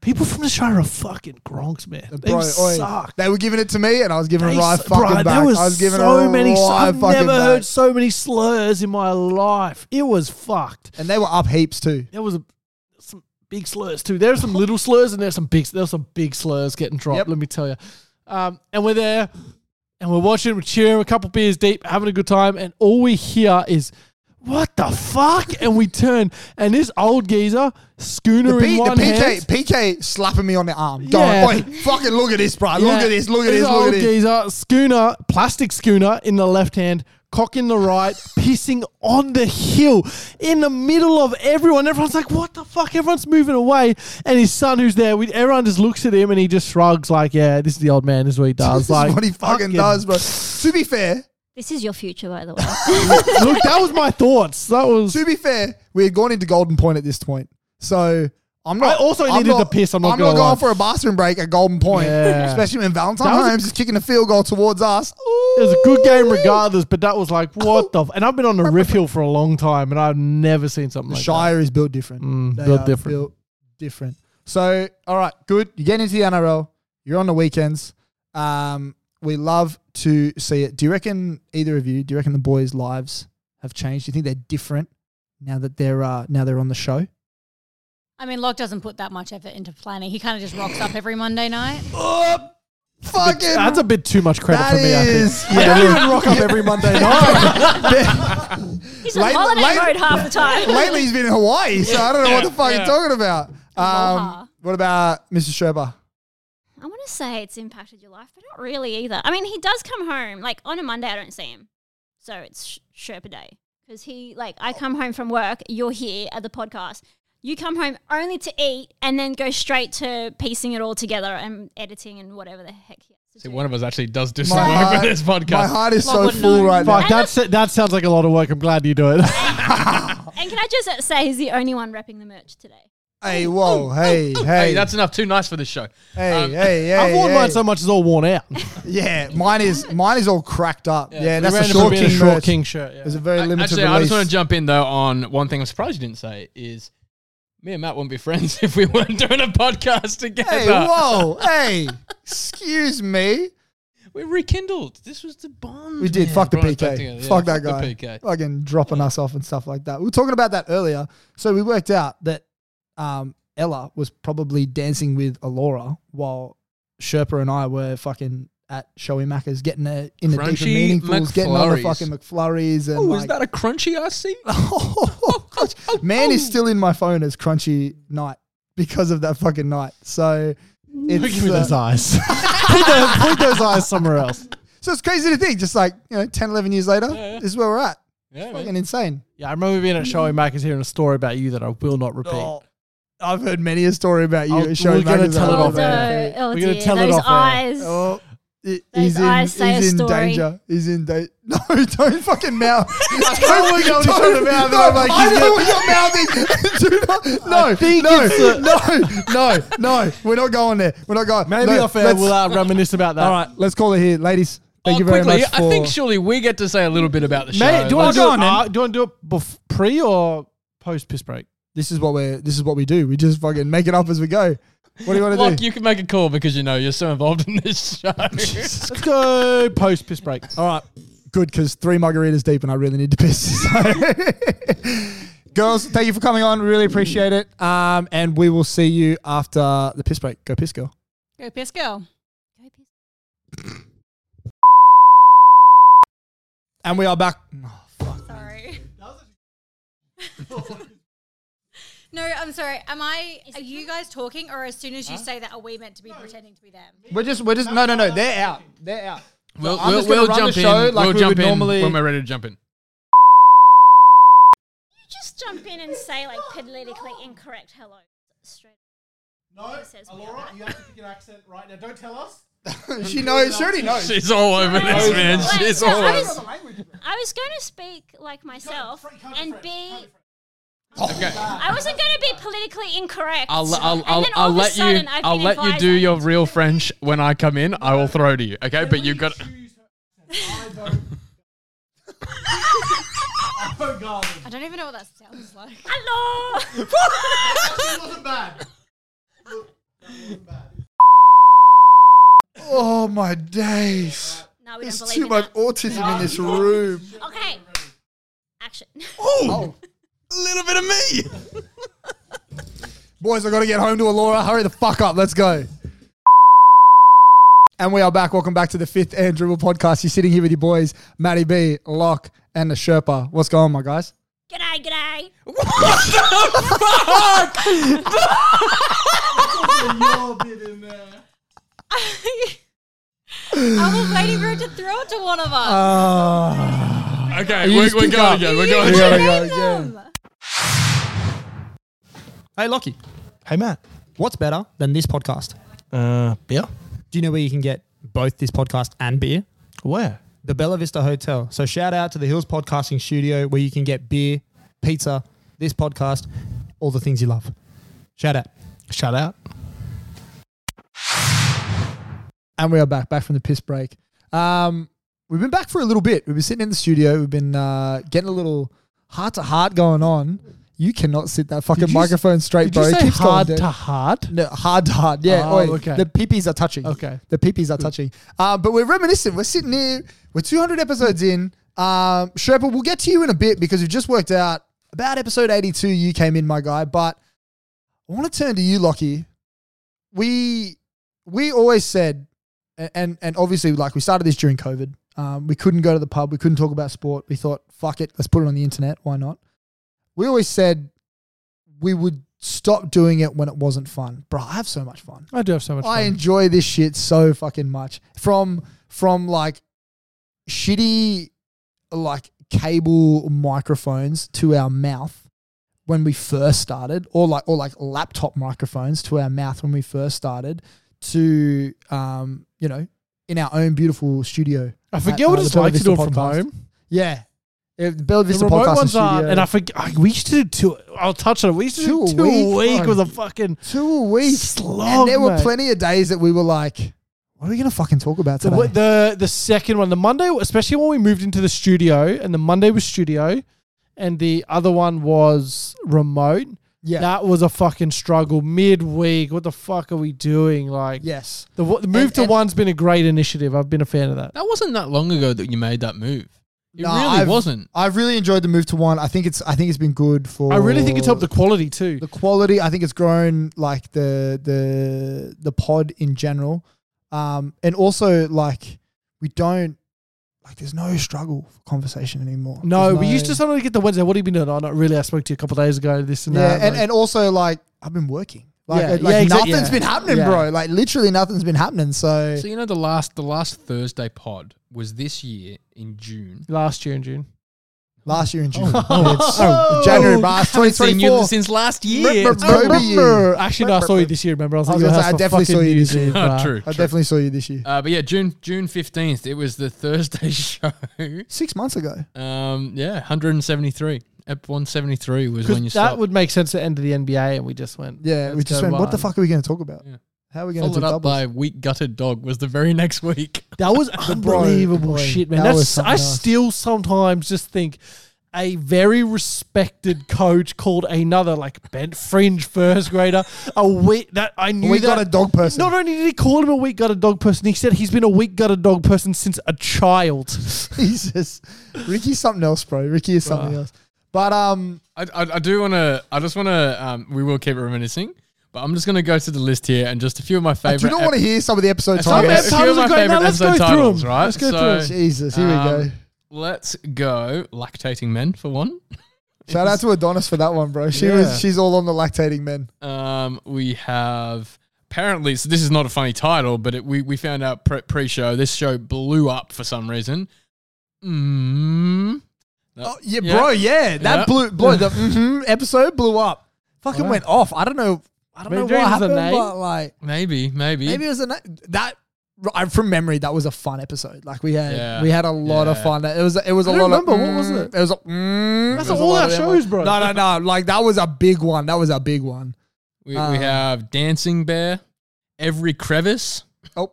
People from the Shire are fucking gronks, man. They Bro, oi, suck. They were giving it to me, and I was giving They it right su- fucking back. bro, There was I was giving so it right many. So, I've fucking never back. heard so many slurs in my life. It was fucked. and they were up heaps too. There was a, some big slurs too. There were some little slurs and there's some big. There were some big slurs getting dropped. Yep. Let me tell you. Um, and we're there, and we're watching, we're cheering, a couple beers deep, having a good time, and all we hear is. What the fuck? and we turn, and this old geezer, The, schooner P- in the one hand, PK, PK slapping me on the arm. Yeah. Going, Oi, fucking look at this, bro. Look Yeah. at this. Look at this. Look old at this. geezer, schooner, plastic schooner in the left hand, cock in the *laughs* right, pissing on the hill in the middle of everyone. Everyone's like, what the fuck? Everyone's moving away. And his son, who's there, we, everyone just looks at him and he just shrugs, like, yeah, this is the old man, this *laughs* is what he does. This like, is what he fucking does, bro. To be fair, This is your future, by the way. *laughs* Look, that was my thoughts. That was. to be fair, we had gone into Golden Point at this point, so I'm not. I also I'm needed not- to piss, I'm not gonna going lie. for a bathroom break at Golden Point, Yeah. especially when Valentine That was a- Holmes is kicking a field goal towards us. It was a good game regardless, but that was like, what the? F-? And I've been on the Rip Hill for a long time and I've never seen something like that. Shire is built different. Mm, They built are different. Built different. So, all right, good. You get into the NRL. You're on the weekends. Um, we love to see it. Do you reckon either of you? Do you reckon the boys' lives have changed? Do you think they're different now that they're uh, now they're on the show? I mean, Locke doesn't put that much effort into planning. He kind of just rocks up every Monday night. Oh, fucking. That's a bit too much credit that for me, is- I think. yeah. I don't even rock up every Monday night. He's on Late- holiday late- mode half the time. Lately, he's been in Hawaii, so I don't know what the fuck yeah. you're talking about. Aloha. Um, what about Mr. Sherba? I want to say it's impacted your life, but not really either. I mean, he does come home. Like on a Monday, I don't see him. So it's sh- Sherpa Day. Because he, like, I come home from work, you're here at the podcast. You come home only to eat and then go straight to piecing it all together and editing and whatever the heck he has to See, do. one of us actually does do My some work heart- for this My podcast. heart is Love so wouldn't full know. right now. Fuck, that's, that sounds like a lot of work. I'm glad you do it. *laughs* and can I just uh, say he's the only one repping the merch today? Hey, whoa, hey, hey, Hey, that's enough. Too nice for this show. hey, um, hey, hey. I've worn hey. mine so much it's all worn out. Yeah, mine is mine is all cracked up. Yeah, We that's a ran short for being king, short merch. king shirt. yeah. There's a *laughs* very A- limited Actually, release. I just want to jump in though on one thing. I'm surprised you didn't say is me and Matt wouldn't be friends *laughs* if we weren't doing a podcast together. Hey, whoa, hey, excuse me. We rekindled. This was the bond. We did. man. fuck the Brought us back PK. together. Yeah, fuck that the guy. PK. Fucking dropping us off and stuff like that. We were talking about that earlier. So we worked out that um, Ella was probably dancing with Alora while Sherpa and I were fucking at Showy Macca's getting a, in the deeper Crunchy meaningfuls, getting on the McFlurries. fucking McFlurries. And Oh, like, is that a crunchy I see? *laughs* Oh, gosh. man is still in my phone as Crunchy Night because of that fucking night. So Look it's at uh, those *laughs* eyes. Put those- put those eyes somewhere else. so it's crazy to think. Just like you know, 10, 11 years later, yeah. this is where we're at. Yeah, man. Fucking insane. Yeah, I remember being at Showy Macca's hearing a story about you that I will not repeat. Oh, I've heard many a story about you. I'll- at Showy we're gonna Magazine. tell it Oh, off no. air. Oh, We're gonna dear. tell it Those off air. eyes. Oh, he- Those he's in, eyes say a he's in story. danger. He's in danger. *laughs* No, don't fucking *laughs* mouth. don't know what you're talking No, about, though, like, I he's know what you're mouthing. *laughs* Do not. No, no, no, no. We're not going there. We're not going. Maybe no, off air let's- we'll uh, reminisce about that. All right, let's call it here, ladies. Thank Oh, you very quickly, much for. I think surely we get to say a little bit about the show. Mate, do you Like, want to do, go it, on, uh, do you want to do it bef- pre or post piss break? this is what we're. This is what we do. We just fucking make it up as we go. What do you want to Lock, do? you can make a call because you know you're so involved in this *laughs* show. Let's Let's go post *laughs* piss break. All right, good because three margaritas deep, and I really need to piss. *laughs* So- Girls, thank you for coming on. Really appreciate it. Um, and we will see you after the piss break. Go piss, girl. Go piss, go. And we are back. Oh, Sorry. *laughs* no, I'm sorry. Am I? Are you guys talking, or as soon as you say that, are we meant to be pretending to be them? We're just, we're just. No, no, no. They're out. They're out. We'll, I'm just gonna run the show like we would normally- when we're ready to jump in. Just jump in and say, like, politically incorrect hello straight No, you *laughs* have to pick an accent right now. Don't tell us. she knows. She already knows. She's all over this, man. Wait, She's no, all I, over. was, I was going to speak like myself and be. Oh. Okay. I wasn't going to be politically incorrect. I'll, I'll, And I'll, then all I'll of a let you sudden I've I'll been let you advised do I your need to real speak. French when I come in. I will throw to you, okay? But you got I don't even know what that sounds like. *laughs* *laughs* Hello. Oh my days. No, we There's don't too believe much in autism *laughs* in this room. that. Okay. Action. *laughs* Oh. a little bit of me. *laughs* Boys, I got to get home to Alora. Hurry the fuck up. Let's go. And we are back. Welcome back to the fifth and dribble podcast. You're sitting here with your boys, Matty B, Locke, and the Sherpa. What's going on, my guys? G'day, g'day. *laughs* I was waiting for it to throw it to one of us. Uh, Okay, You we're, just we're pick going up. again. We're going You gotta again. go, yeah. Hey, Lockie, Hey, Matt. what's better than this podcast? Uh, beer? Do you know where you can get both this podcast and beer? Where? The Bella Vista Hotel. So shout out to the Hills Podcasting Studio where you can get beer, pizza, this podcast, all the things you love. Shout out. Shout out. And we are back, back from the piss break. Um, we've been back for a little bit. We've been sitting in the studio. We've been uh, getting a little heart to heart going on. You cannot sit that fucking you s- microphone straight, Did bro. you It say keeps going hard down. to hard? No, hard to hard. Yeah. Oh, oi, okay. The peepees are touching. Okay. The peepees are touching. Uh, but we're reminiscent. We're sitting here. We're 200 episodes in. Um, Sherpa, we'll get to you in a bit because we've just worked out about episode 82. You came in, my guy. But I want to turn to you, Lockie. We we always said, a- and and obviously, like we started this during COVID. Um, we couldn't go to the pub. We couldn't talk about sport. We thought, fuck it, let's put it on the internet. Why not? We always said we would stop doing it when it wasn't fun. Bro, I have so much fun. I do have so much I fun. enjoy this shit so fucking much. From from like shitty like cable microphones to our mouth when we first started, or like or like laptop microphones to our mouth when we first started, to um, you know, in our own beautiful studio. I at, forget uh, what the it's Bella like to Vista do it from podcast. home. Yeah. Uh, The Bella The Vista remote Podcasting ones Studio. are, and I forget. I, we used to do two. I'll touch on it. We used to Two do a two a week, week bro. with a fucking. two a week. Slog, and there were mate. plenty of days that we were like, what are we going to fucking talk about The, today? the the second one, the Monday, especially when we moved into the studio, and the Monday was studio, and the other one was remote. yeah. That was a fucking struggle midweek. What the fuck are we doing? Like, Yes. the, wa- the move And- to and- one's been a great initiative. I've been a fan of that. That wasn't that long ago that you made that move. It No, really I've- wasn't. I've really enjoyed the move to one. I think it's I think it's been good for. I really think it's helped the quality too. the quality. I think it's grown like the the the pod in general, um, and also like we don't like there's no struggle for conversation anymore. No, There's we used to sometimes get the Wednesday. What have you been doing? Oh, not really. I spoke to you a couple of days ago. This and yeah, that. and, like- and also like I've been working. Like, Yeah, like yeah, exa- nothing's yeah. been happening, Yeah. bro. Like literally nothing's been happening. So, So you know the last the last Thursday pod was this year in June. last year in June. last year in *laughs* June, Oh. It's- January, March, Haven't seen you 2024. Oh, since last year. Remember- Kobe year. Actually, no, I saw you this year. Remember, I was, I like, was gonna say, I definitely saw you this year. *laughs* Oh, true. I true. definitely saw you this year. Uh, but yeah, June June fifteenth. It was the Thursday show. Six months ago. Um, yeah, 173. Ep 173 was when you Because stopped. that would make sense at the end of the NBA, and we just went. Yeah, we let's just go went. What the wild." fuck are we going to talk about? Yeah. How are we going to Followed do up doubles? by weak gutted dog was the very next week. That *laughs* was bro- unbelievable boy, shit, man. that was That's something I else. still sometimes just think a very respected coach called another like bent fringe first grader a week that I knew We that got a dog person. *laughs* Not only did he call him a weak gutted dog person, he said he's been a weak gutted dog person since *laughs* a child. Jesus, Ricky's something else, bro. Ricky is something Bruh. else. But um, I, I, I do want to, I just want to, um, we will keep reminiscing, but I'm just going to go to the list here and just a few of my I favorite. do not want to hear some of the episode Some Some of- titles. a few of episodes my are great. Now favorite let's episode go through titles, them. right? Let's go So- through them. Jesus, here we go. Um, Let's go lactating men for one. Shout out to Adonis for that one, bro. She Yeah. was she's all on the lactating men. Um, we have apparently so this is not a funny title, but it, we we found out pre- pre-show this show blew up for some reason. Mm. Oh yeah, Yeah. bro. Yeah, that Yeah. blew blew the mhm episode blew up. Fucking Wow. went off. I don't know. I don't Maybe know it what was a happened, name. but like Maybe, maybe, maybe it was a na- that. I, from memory, that was a fun episode. Like we had, Yeah. we had a lot of Yeah. fun. It was, it was a I don't lot. remember. of, What was it? It was. A, mm, That's it was a all lot our of them. shows, bro. No, no, no. Like that was a big one. That was a big one. We, Um, we have dancing bear, every crevice. Oh,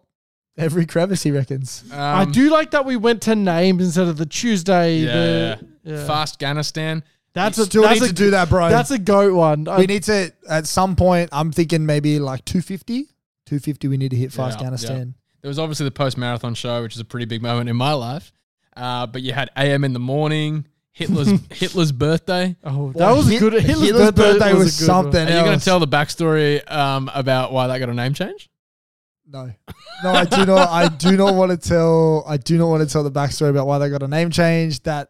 every crevice he reckons. Um, I do like that we went to names instead of the Tuesday. Yeah. the- yeah. Fast Afghanistan. That's We a still that's need a, to do that, bro. That's a goat one. I- we need to at some point. I'm thinking maybe like 250. 250. We need to hit Yeah, fast Afghanistan. There was obviously the post marathon show, which is a pretty big moment in my life. Uh, but you had AM in the morning, *laughs* Hitler's Hitler's birthday. oh, that was a Hit- good. Hitler's, birthday, was, a good something. One. Are you going else. to tell the backstory um, about why that got a name change? No, no, I do not. I do not want to tell. I do not want to tell the backstory about why they got a name change. That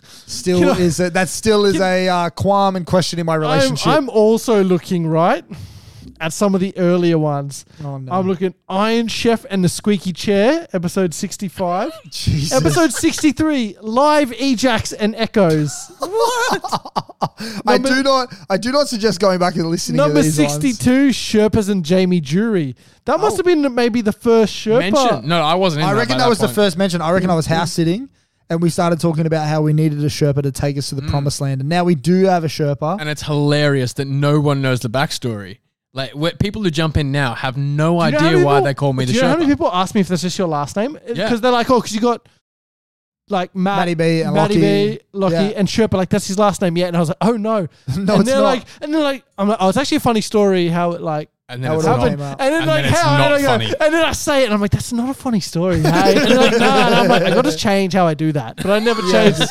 still Can I- is a, that still is a uh, qualm and question in my I'm, relationship. I'm also looking right. at some of the earlier ones. Oh, no. I'm looking Iron Chef and the Squeaky Chair, episode *laughs* 65. *laughs* Episode 63, Live Ejacs and Echoes. I do not. I do not suggest going back and listening. Number to these ones. 62, Sherpas and Jamie Jury. That must have been maybe the first Sherpa. Mention. No, I wasn't. In I that reckon by that, was point. the first mention. I reckon I was house sitting, and we started talking about how we needed a Sherpa to take us to the Mm. promised land, and now we do have a Sherpa. and it's hilarious that no one knows the backstory. Like wh- people who jump in now have no Do you know idea how why people- they call me the Do you know how many Sherpa. people ask me if that's just your last name? Because Yeah. they're like, oh, because you got like Matt, Matty B and Matty Lockie. B, Lockie, Yeah. and Sherpa. Like that's his last name, yeah. And I was like, oh *laughs* no, No, and it's they're not. like, and they're like, I'm like, oh, it's actually a funny story how it like. And then How it's would I not. came out. And then, And like, then it's how? not and, I funny. go, and then I say it, and I'm like, "That's not a funny story." Hey? And they're like, no, and I'm like, "I got to change how I do that," but *laughs* I never changed.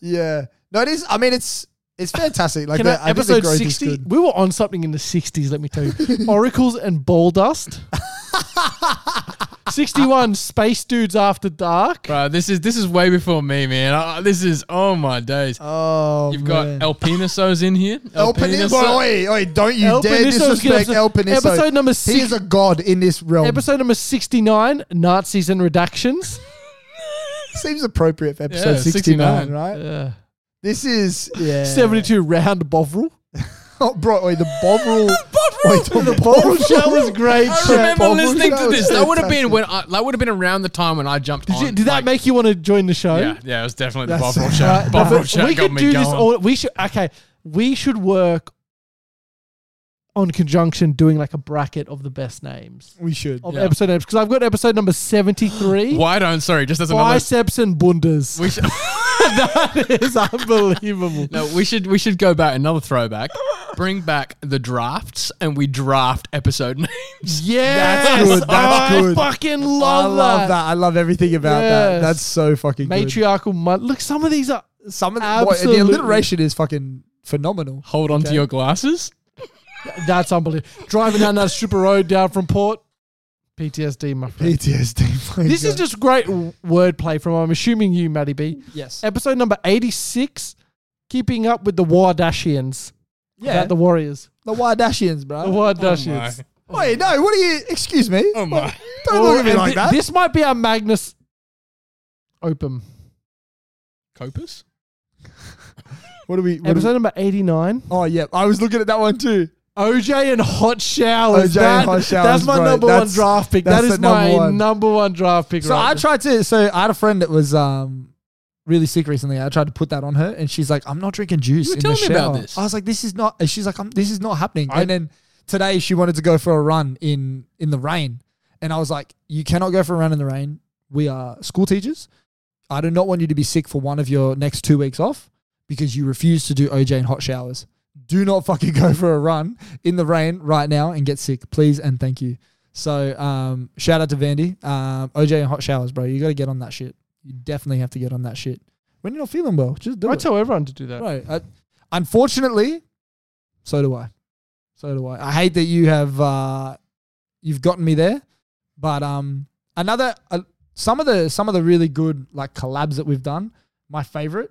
yeah, no, it is. I mean, it's it's fantastic. Like Can the, I, episode sixty. sixty, we were on something in the sixties. Let me tell you, *laughs* oracles and ball *laughs* dust. Sixty-one, space dudes after dark. Bro, this is this is way before me, man. Uh, this is oh my days. Oh, You've got man. El Penisos *laughs* in here. El Peniso. Oi, oi, don't you El dare Peniso's disrespect gonna- El Peniso. Episode number He six- is a god in this realm. Episode number sixty-nine, Nazis and redactions. *laughs* Seems appropriate for episode Yeah, 69, 69. right? This is, yeah. Seventy-two, round *laughs* bovril. *laughs* Oh, bro, oi, the *laughs* Bovril. Wait, the Bovril show *laughs* was great. I shit. remember Bob, listening that to was this. That would have been fantastic. when I, that would have been around the time when I jumped Did, on. you, did that Oh, like- make you want to join the show? Yeah, yeah, it was definitely the That's- Bob Ross show. Right, Bob but Ross show we got could me do going. this. All, we should okay. We should work on conjunction doing like a bracket of the best names We should. of Yeah. episode names because I've got episode *gasps* number seventy-three. Why don't? Sorry, just as another. Biceps and bundas. *laughs* *laughs* We should, that is unbelievable. no, we should we should go back another throwback. Bring back the drafts and we draft episode *laughs* names. Yes, Oh, That's good, that's I good. fucking I love, love that. I love everything about that. Yes. That's so fucking good. Matriarchal month. Look, some of these are Some of the, boy, Absolutely. the alliteration is fucking phenomenal. Hold on to your glasses. *laughs* that's unbelievable. Driving down that strip of road down from Port, PTSD, my friend. PTSD. *laughs* my this is God. just great w- wordplay from I'm assuming you, Matty B. Yes. Episode number eighty-six, keeping up with the Wardashians. Yeah. Oh about the Warriors. The Wardashians, bro. The Wardashians. Wait, no, what are you? Excuse me. Oh my. Don't look at me And like thi- that. This might be our Magnus Opum. Copus? What are we? What are we Episode number 89. oh, yeah. I was looking at that one too. OJ and hot showers. OJ and hot showers, That's my bro. number Oh, That's- one draft pick. That that's is the number my one. number one draft pick. So right I there. tried to. So I had a friend that was um really sick recently. I tried to put that on her, and she's like, "I'm not drinking juice." You were in the telling me about shower." this. I was like, "This is not." and She's like, I'm, "This is not happening." and then today she wanted to go for a run in in the rain, and I was like, "You cannot go for a run in the rain. We are school teachers. I do not want you to be sick for one of your next two weeks off because you refuse to do OJ and hot showers." Do not fucking *laughs* go for a run in the rain right now and get sick, please and thank you. So um, shout out to Vandy. Um, OJ and hot showers, bro. You got to get on that shit. You definitely have to get on that shit. When you're not feeling well, just do I it. tell everyone to do that. Bro, I, unfortunately, so do I. So do I. I hate that you have uh, you've gotten me there, but *laughs* um, another uh, some of the some of the really good like collabs that we've done. My favorite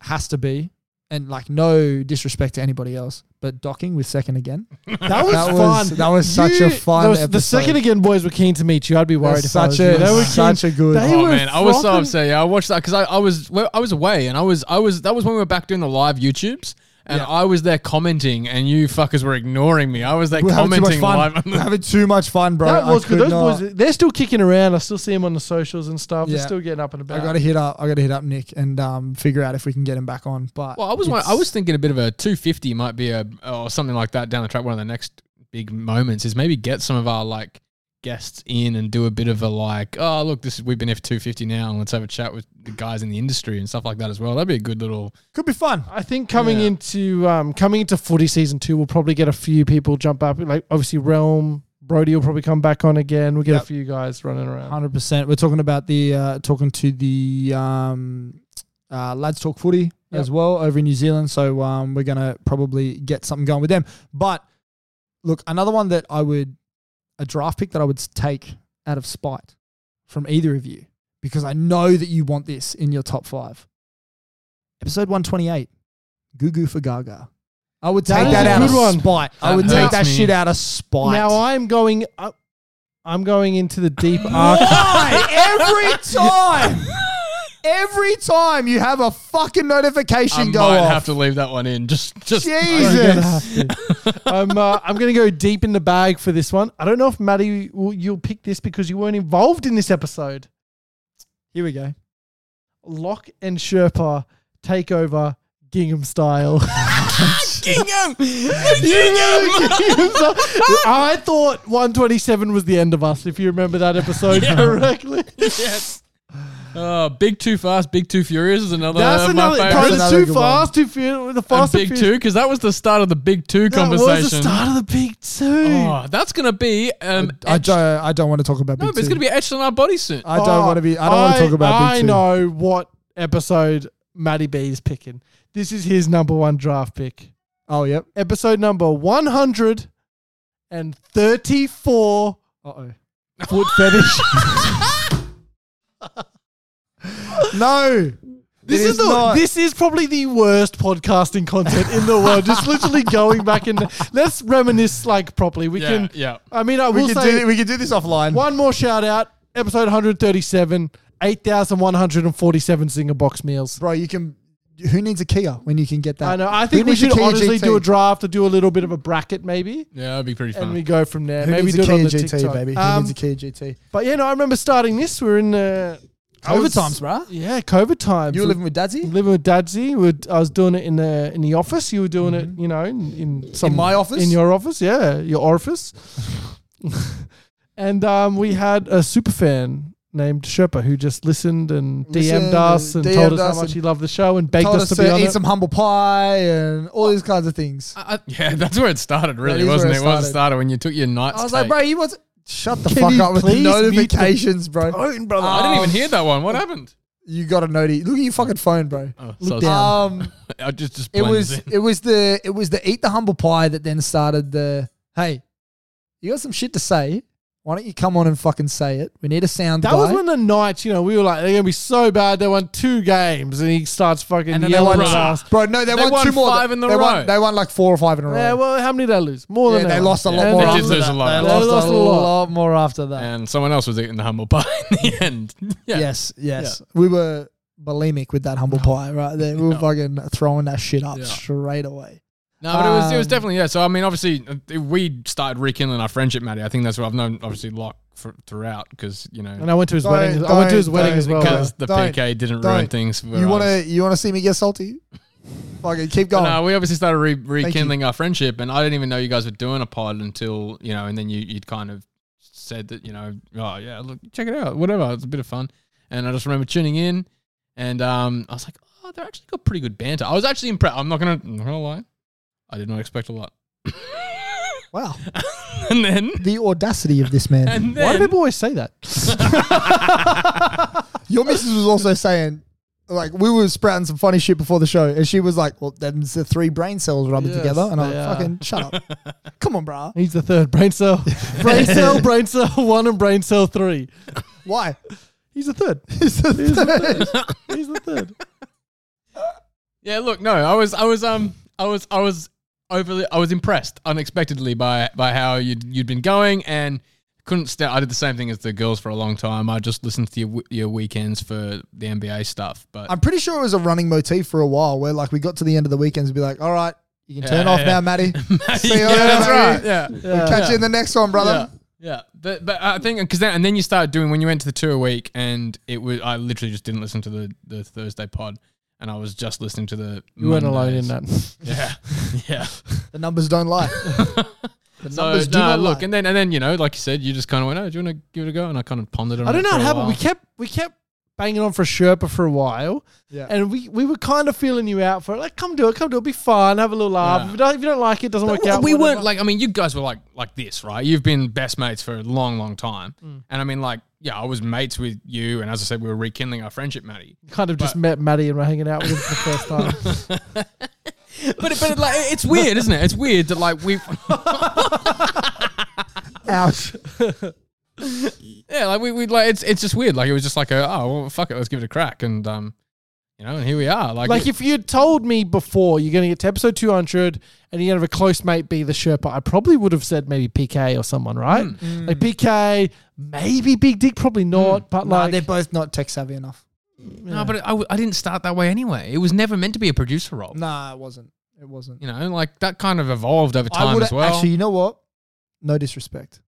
has to be, and like no disrespect to anybody else, but docking with second again. That was That fun. was- that was such a fun those- The episode. second again boys were keen to meet you. I'd be worried if I was such you. a They were such a good. They Oh were man, I was so frothing. upset. Yeah, I watched that because I, I was well, I was away and I was I was that was when we were back doing the live YouTubes and I was there commenting and you fuckers were ignoring me. I was there We're having too much commenting fun. live. on We're the- having too much fun, bro. that I was good. could Those not. boys, they're still kicking around. I still see them on the socials and stuff. Yeah. They're still getting up and I about. gotta hit up. I gotta hit up Nick and um, figure out if we can get him back on. But well, I was one- I it's- was thinking a bit of a 250 might be a or something like that down the track. One of the next big moments is maybe get some of our like guests in and do a bit of a like oh look this is, we've been here for 250 now and let's have a chat with the guys in the industry and stuff like that as well. That'd be a good little could be fun. I think coming Yeah. into um, coming into footy season two, we'll probably get a few people jump up. Like obviously, Realm Brody will probably come back on again. We'll get Yep. a few guys running around. Hundred percent. We're talking about the uh, talking to the um, uh, lads talk footy Yep. as well over in New Zealand. So um, we're gonna probably get something going with them. But look, another one that I would a draft pick that I would take out of spite from either of you because I know that you want this in your top five. Episode one twenty eight, Goo Goo for Gaga. I would That take is that, a out of good one. spite. I That would take hurts that me. shit out of spite. *laughs* Now I'm going. I- I'm going into the deep *laughs* archive. Why? Every time. *laughs* Every time you have a fucking I notification might go off. have to leave that one in. Just, just Jesus. I'm uh, I'm going to go deep in the bag for this one. I don't know if Maddie will, you'll pick this because you weren't involved in this episode. Here we go. Locke and Sherpa take over *laughs* Gingham style. *laughs* Gingham. Gingham style. I thought 127 was the end of us. If you remember *laughs* that episode correctly, yes. Uh, big too fast, big too furious is another. Uh, that's of another. My Bro, favorites. the another too good one. fast, too few, the and fast, big two because that was the start of the big two That conversation. was the start of the big two. Oh, that's gonna be um. I etched- don't. I don't want to talk about. no, Big but it's Two. Uh, gonna be etched on our body soon. I don't want to be. I don't want to talk about. Oh, I Big Two. know what episode Matty B is picking. This is his number one draft pick. Oh yep. Episode number 134 Uh oh. Foot Fetish. No. This It is, is the, not. this is probably the worst podcasting content in the world. Just literally going back and let's reminisce like properly. We yeah, can. yeah. I mean, I We will can say do. We can do this offline. One more shout out. Episode 137, 8,147 Zinger box meals. Bro, you can. Who needs a Kia when you can get that? I know. I Who think we needs a should Kia honestly GT? do a draft or do a little bit of a bracket maybe. Yeah, that'd be pretty And fun. we go from there. Who maybe needs do a it on Kia the GT, TikTok. baby? Um, Who needs a Kia GT? but yeah, no, I remember starting this. We're in uh, I COVID was- times, bruh. Yeah, COVID times. You were living with Dadsy living with Dadsy. We were- I was doing it in the in the office. You were doing it, you know, in, in some Mm-hmm. my office? in your office. Yeah, *laughs* your orifice. and um, we had a super fan named Sherpa who just listened and DM'd Listened us and and DM'd told us us how much and he loved the show and begged told us, us to be to on eat it. some humble pie and all these kinds of things. I- *laughs* I- yeah, that's where it started, really, is where wasn't it it? Wasn't started. started when you took your night's I was like, take. bro, you was shut the Can fuck you up with the please mute the notifications, bro. brother. I didn't even Um, hear that one. What happened? You got a noti. Look at your fucking phone, bro. Oh, look so down. Um, I just just it blend this was in. it was the it was the eat the humble pie that then started the hey, you got some shit to say. Why don't you come on and fucking say it? We need a sound That guy. was when the nights, you know, we were like, they're gonna be so bad. They won two games, and he starts fucking and then they yelling won, at us. bro. No, they, They won, won two more. five in the they row. Won, they won like four or five in a row. Yeah, well, how many did they lose? More Yeah, than they won. lost a lot And more they did after lose that. a lot. They They lost, lost a a lot. lot more after that. and someone else was eating the humble pie in the *laughs* end. Yeah. Yes, yes. We were bulimic with that humble pie right there. We were fucking throwing that shit up Yeah. straight away. No, but it was it was Um, definitely yeah. So I mean, obviously, uh, we started rekindling our friendship, Matty. I think that's what I've known obviously Locke for, throughout because you Mm. know And I went to his Don't- wedding. I went to his don't- wedding as well. don't- because the don't- PK didn't don't. ruin things. For you us. want to you want to see me get salty? fucking keep But going. No, Uh, we obviously started re- rekindling our friendship, and I didn't even know you guys were doing a pod until you know, and then you you'd kind of said that you know, oh yeah, look, check it out, whatever, it's a bit of fun. And I just remember tuning in, and um, I was like, oh, they're actually got pretty good banter. I was actually impressed. I'm not gonna, I'm not gonna lie, I did not expect a lot. Wow, *laughs* and then, the audacity of this *laughs* man. and Why then, do people always say that? Your missus was also saying, like, we were sprouting some funny shit before the show, and she was like, "Well, them's the three brain cells rubbing Yes, together," and I'm they like, are. fucking shut up. Come on, brah. He's the third brain cell. brain cell, brain cell one, and brain cell three. Why? He's the third. He's the third. He's the third. yeah, look, no, I was, I was, um, I was, I was overly, I was impressed unexpectedly by by how you'd you'd been going and. couldn't stand. I did the same thing as the girls for a long time. I just listened to your, w- your weekends for the NBA stuff. But *laughs* I'm pretty sure it was a running motif for a while, where like we got to the end of the weekends and be like, "All right, you can turn Yeah, off yeah. now, *laughs* Maddie. See you yeah, later, Maddie. that's right. Yeah, We'll catch you in the next one, brother." yeah, yeah. But but I think because then and then you started doing when you went to the two a week and it was I literally just didn't listen to the the Thursday pod and I was just listening to the. You weren't alone in Mondays. that. Yeah, yeah. The numbers don't *laughs* lie. the So numbers do no, not look, lie. and then and then you know, like you said, you just kind of went, oh, do you want to give it a go? And I kind of pondered. on I don't it know for what a happened. We while. kept we kept banging on for a Sherpa for a while, Yeah. and we, we were kind of feeling you out for it. Like, come do it, come do it, be fun, have a little laugh. Yeah. If, you don't, if you don't like it, doesn't work Well, out. we whatever. weren't like I mean, you guys were like like this, right? You've been best mates for a long, long time, and I mean, like, yeah, I was mates with you, and as I said, we were rekindling our friendship, Matty. kind of just met Maddie and were hanging out with him for the first time. *laughs* But it- but it, like, *laughs* it's weird, isn't it? It's weird that like we, *laughs* Ouch. yeah, like we we like it's it's just weird. Like it was just like a oh well, fuck it, let's give it a crack, and um, You know, and here we are. Like, Like if you'd told me before you're going to get to episode 200 and you're going to have a close mate be the Sherpa, I probably would have said maybe PK or someone, right? Hmm. Hmm. Like PK, maybe Big Dick, probably not, but Mm. Nah, like they're both not tech savvy enough. no, but I, w- I didn't start that way anyway. It was never meant to be a producer role. Nah, it wasn't. It wasn't. You know, like that kind of evolved over time would as well. Actually, you know what? No disrespect.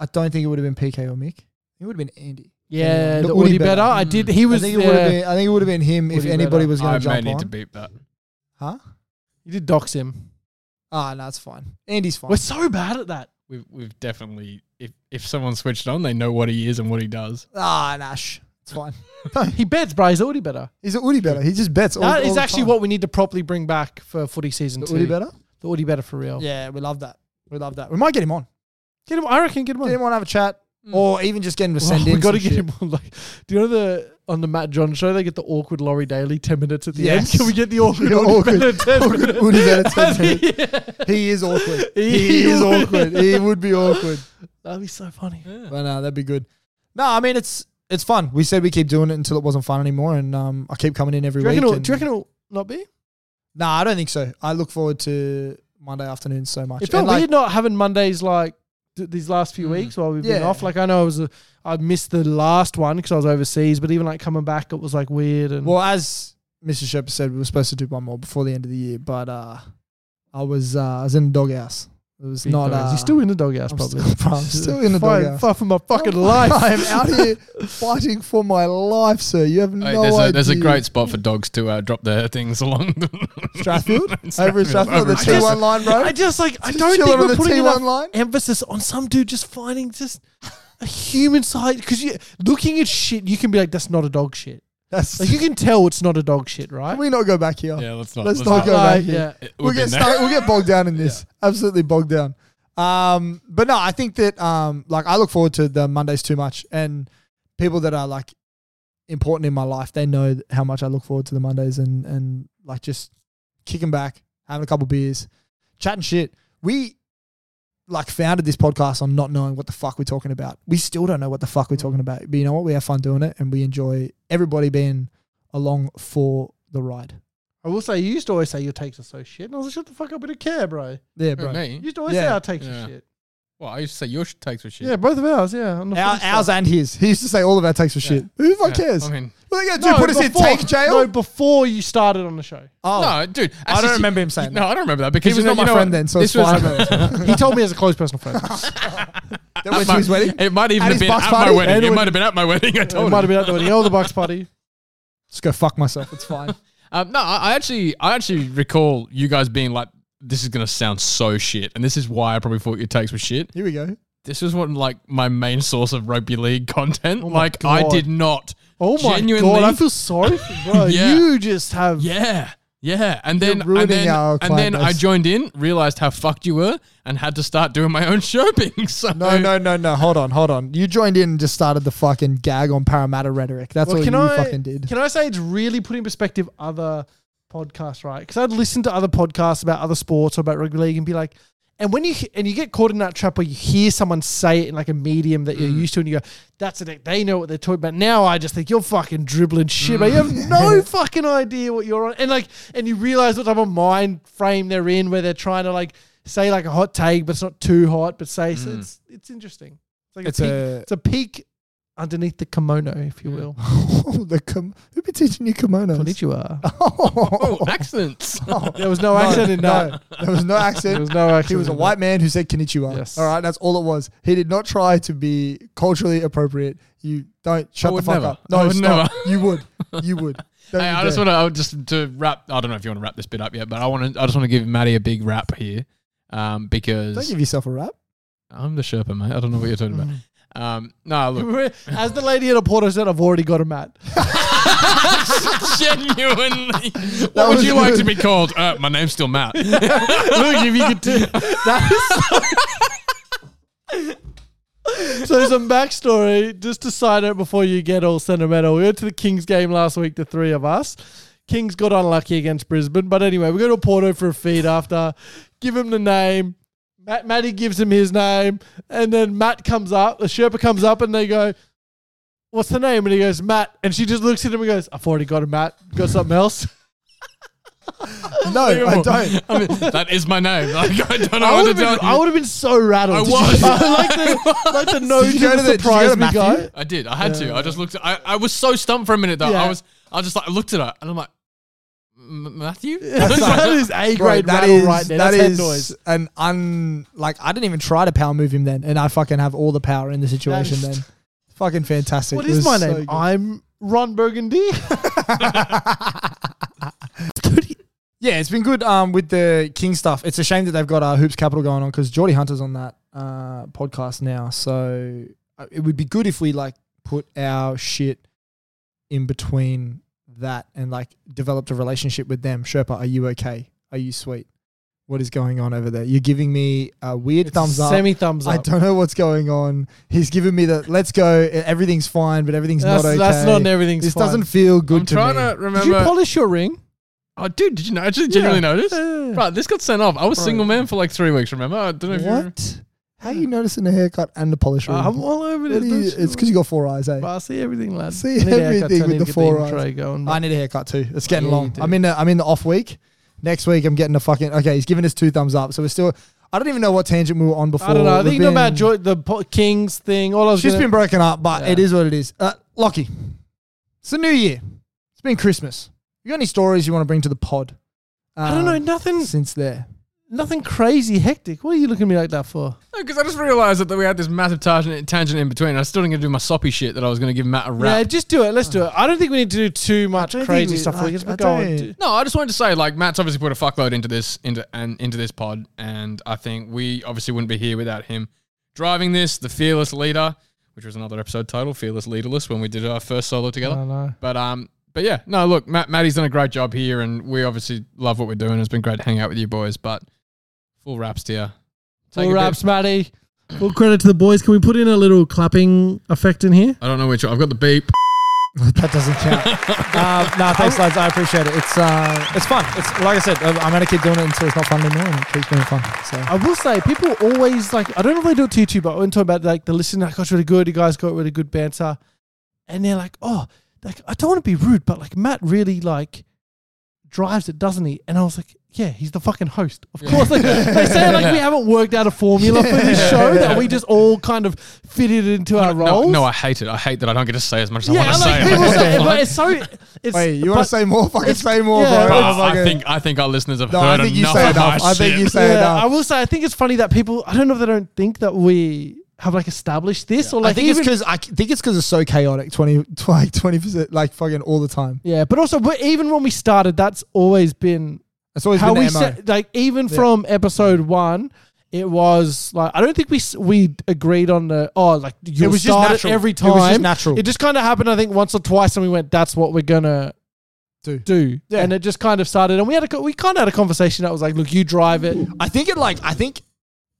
I don't think it would have been PK or Mick. It would have been Andy. yeah, Hmm. The the Udi Udi better. better. Hmm. I did. He I was. think it would yeah. have been. I think it would have been him if Woody anybody better. was I going to may jump need to on. beep that. huh? you did dox him. Ah, no, it's fine. Andy's fine. We're so bad *laughs* at that. We've, we've definitely, if, if someone switched on, they know what he is and what he does. Ah, Nash. It's fine. He bets, bro. He's Udi better. Is it Woody better? He just bets. All, That all is the actually time. what we need to properly bring back for footy season The two. Woody *laughs* better. The Udi better for real. Yeah, we love that. We love that. We might get him on. Get him. I reckon get him on. Get him on, have a chat, or even just get him to send Oh, in. we got to some get shit. him on. Like, do you know the on the Matt John show they get the awkward Laurie Daly ten minutes at the Yes. end? Can we get the awkward? Yeah, *laughs* Laurie awkward. Daly 10 minutes? Woody better. As *laughs* he- too. He is awkward. He He is would. awkward. He would be awkward. That'd be so funny. But no, that'd be good. No, I mean it's it's fun. We said we keep doing it until it wasn't fun anymore, and um, I keep coming in every Do you, week. reckon it'll, and- do you reckon it'll not be? No, I don't think so. I look forward to Monday afternoon so much. It felt And, like, Mm. weird not having Mondays like th- these last few weeks while we've been Yeah. off. Like I know I was a, I missed the last one because I was overseas, but even like coming back, it was like weird and Well, as Mr. Shepard said, we were supposed to do one more before the end of the year, but uh, I was uh, I was in the doghouse. It was big not. dogs. Uh, You're still in the doghouse, I'm probably. still- bro, I'm still *laughs* in the Fight- doghouse. Fight for my fucking Oh, *laughs* life. I am out here *laughs* fighting for my life, sir. You have no Hey, there's, idea. a, there's a great spot for dogs to uh, drop their things *laughs* along the Strathfield over in Strathfield, Strathfield, over the in two one Strathfield. line, bro. I just like I Just don't chilling on think we're the putting T1 enough line. emphasis on some dude just finding just a human side because you looking at shit, you can be like, that's not a dog shit. That's, *laughs* Like you can tell it's not a dog shit, *laughs* right? can we not go back here? Yeah, let's not. Let's not go back Like, here. yeah. It- we'll we've get been there. stuck, we'll get bogged down in this. Absolutely bogged down. Um, but no, I think that um, like I look forward to the Mondays too much, and people that are like important in my life, they know th- how much I look forward to the Mondays and and like just kicking back, having a couple beers, chatting shit. We like founded this podcast on not knowing what the fuck we're talking about. We still don't know what the fuck we're talking about, but you know what? We have fun doing it, and we enjoy everybody being along for the ride. I will say you used to always say your takes are so shit, and I was like, shut the fuck up, I don't care, bro. Yeah, Who, bro. You Me? used to always say Yeah. our takes Yeah. are shit. Well, I used to say your sh- takes were shit. Yeah, both of ours. Yeah, on the Our, footy ours stuff. and his. He used to say all of our takes were shit. Who the fuck Yeah, cares? I mean, what are they going to do? put us in take jail? No, before you started on *laughs* the show, oh, no, dude. I actually, don't remember him saying No, that. I don't remember that because He was you know, not my you know friend what? then, so this it's *laughs* fine. *laughs* was- he told me as a close *laughs* personal friend. They went to his wedding. It might even At have his been box at my party? wedding. It Anyone- might have been at *laughs* my wedding. I it told might him. have been at the wedding. Oh, the box party. Just go fuck myself. It's fine. Um, no, I I actually, I actually recall you guys being like, "This is gonna sound so shit," and this is why I probably thought your takes were shit. Here we go. This was what like my main source of rugby league content. Oh my like I God. did not. Oh my genuinely, god, I feel sorry for *laughs* you, bro. Yeah. You just have Yeah. Yeah. And then ruining and then, our and then client I base. joined in, realized how fucked you were, and had to start doing my own *laughs* shopping. So No, no, no, no. Hold on, hold on. You joined in and just started the fucking gag on Parramatta rhetoric. That's Well, all can you I fucking did. Can I say it's really putting in perspective other podcasts, right? Because I'd listen to other podcasts about other sports or about rugby league and be like, and when you and you get caught in that trap where you hear someone say it in like a medium that you're Mm. used to, and you go, "That's it, they know what they're talking about." Now I just think you're fucking dribbling shit, but you Mm. *laughs* have no fucking idea what you're on, and like, and you realize what type of mind frame they're in, where they're trying to like say like a hot take, but it's not too hot, but say so it's it's interesting. *laughs* It's Mm. like It's a a- peek, it's a peek underneath the kimono, if you will. *laughs* Oh, the kim- who be teaching you kimonos? Konnichiwa. Oh, *laughs* Oh, *laughs* accents. There was no accent in that. no, there was no accent. There was no accent. He was a in white man who said konnichiwa. Yes. All right, that's all it was. He did not try to be culturally appropriate. You don't shut the would fuck never. up. I would stop. never. You would. You would. Don't Hey, you I just dare. want to just to wrap. I don't know if you want to wrap this bit up yet, but I want to. I just want to give Maddie a big wrap here, um, Don't because give yourself a rap. I'm the Sherpa, mate. I don't know what you're talking about. Mm. Um, no, that. look, *laughs* As the lady at a porter said, I've already got a mat. *laughs* genuinely, *laughs* That what would was you like good. to be called? Uh, my name's still Matt. Look, if you could *laughs* So there's some backstory, just to side note before you get all sentimental. We went to the Kings game last week, the three of us. Kings got unlucky against Brisbane. But anyway, we go to Porto for a feed after. Give him the name. Matt Matty gives him his name. And then Matt comes up, the Sherpa comes up and they go, what's the name? And he goes, Matt. And she just looks at him and goes, I've already got a Matt. Got something else? *laughs* No, I don't. I mean, *laughs* that is my name. Like, I don't know I what would to have tell been, I you. would have been so rattled. Did I you- *laughs* was. like *laughs* the, like the no Did you go to to the- did you go to surprise me Matthew? guy. I did. I had to. I just looked. At, I, I was so stumped for a minute though. Yeah. I was. I just like I looked at her and I'm like, "M- Matthew. *laughs* that *laughs* is a Bro, grade that rattle is right there. that That's head is noise. an un like I didn't even try to power move him then, and I fucking have all the power in the situation That is- then. Fucking fantastic. What It is was my so name? good. I'm Ron Burgundy. *laughs* yeah, it's been good um, with the King stuff. It's a shame that they've got uh, Hoops Capital going on because Geordie Hunter's on that uh, podcast now. So uh, it would be good if we like put our shit in between that and like developed a relationship with them. Sherpa, are you okay? Are you sweet? What is going on over there? You're giving me a weird thumbs up. Semi thumbs up. I don't know what's going on. He's giving me the let's go. e-, Everything's fine, but everything's that's, not okay. that's not everythinging's This fine. doesn't feel good I'm to trying me. to Did you remember. polish your ring? oh, dude, did you know? Actually, genuinely notice. Yeah. Right, this got sent off. I was single man for like three weeks. Remember? I don't know if you remember. What? How are you noticing a haircut and the polish ring? Uh, I'm all over What this. do you- Don't you- it's because you got four eyes, eh? But I see everything, lad. See I need a haircut, everything so I with need the to get four intro eyes. Going. I need a haircut too. It's getting Yeah, you long. do. I'm in. The, I'm in the off week. Next week, I'm getting a fucking. Okay, he's giving us two thumbs up. So we're still. I don't even know what tangent we were on before. I don't know. I We've think you know about been- Joy, the po- Kings thing. All I was She's gonna- been broken up, but Yeah. it is what it is. Uh, Lockie, it's a new year. It's been Christmas. You got any stories you want to bring to the pod? I don't know. um, Nothing. Since there, Nothing crazy hectic. What are you looking at me like that for? Because I just realised that that we had this massive tangent, tangent in between. I still didn't get to do my soppy shit that I was going to give Matt a rap. Yeah, just do it. Let's do it. I don't think we need to do too much don't crazy think we- stuff. I- Like, just I go and don't- do- No, I just wanted to say, like, Matt's obviously put a fuckload into this into and into this pod, and I think we obviously wouldn't be here without him driving this, the fearless leader, which was another episode title, fearless leaderless, when we did our first solo together. I know. But um, but yeah, no, look, Matt, Matty's done a great job here, and we obviously love what we're doing. It's been great to hang out with you boys, but full raps to you. Full Take a bit- raps, Matty. Full credit to the boys. Can we put in a little clapping effect in here? I don't know which. I've got the beep. that doesn't *laughs* count. um, no, thanks, lads. I appreciate it. It's uh, it's fun. It's like I said. uh, I'm I'm gonna keep doing it until it's not fun anymore, and it keeps being fun. So I will say, people always like. I don't know if they do it to you too, but when talking about like the listener, like, oh, it's really good. You guys got really good banter, and they're like, oh, like I don't want to be rude, but like Matt really like drives it, doesn't he? And I was like, yeah, he's the fucking host, of course. Like, they say like we haven't worked out a formula for this show that we just all kind of fitted into our roles. No, no, I hate it. I hate that I don't get to say as much as I yeah, want to like say. I'm people *laughs* *laughs* like, say, what but the it's so. It's, Wait, you want to but- say more? Fucking it's- say more, yeah. bro. fuck? It's Nah, like I a- think I think our listeners have No, I heard think you enough say of my enough. I think shit. you say yeah, enough. I will say, I think it's funny that people. I don't know if they don't think that we have like established this or like I think even it's because I c- think it's because it's so chaotic. 20 like twenty *laughs* percent, like fucking all the time. Yeah, but also but even when we started, that's always been That's always how been we the MO. set. Like even Yeah. from episode one, it was like I don't think we s- we agreed on the oh like you was just start it natural. every It time. was just natural. It just kind of happened. I think once or twice, and we went, "That's what we're gonna." Do. do Yeah. and it just kind of started and we had a co- we kind of had a conversation that was like look you drive it I think it like I think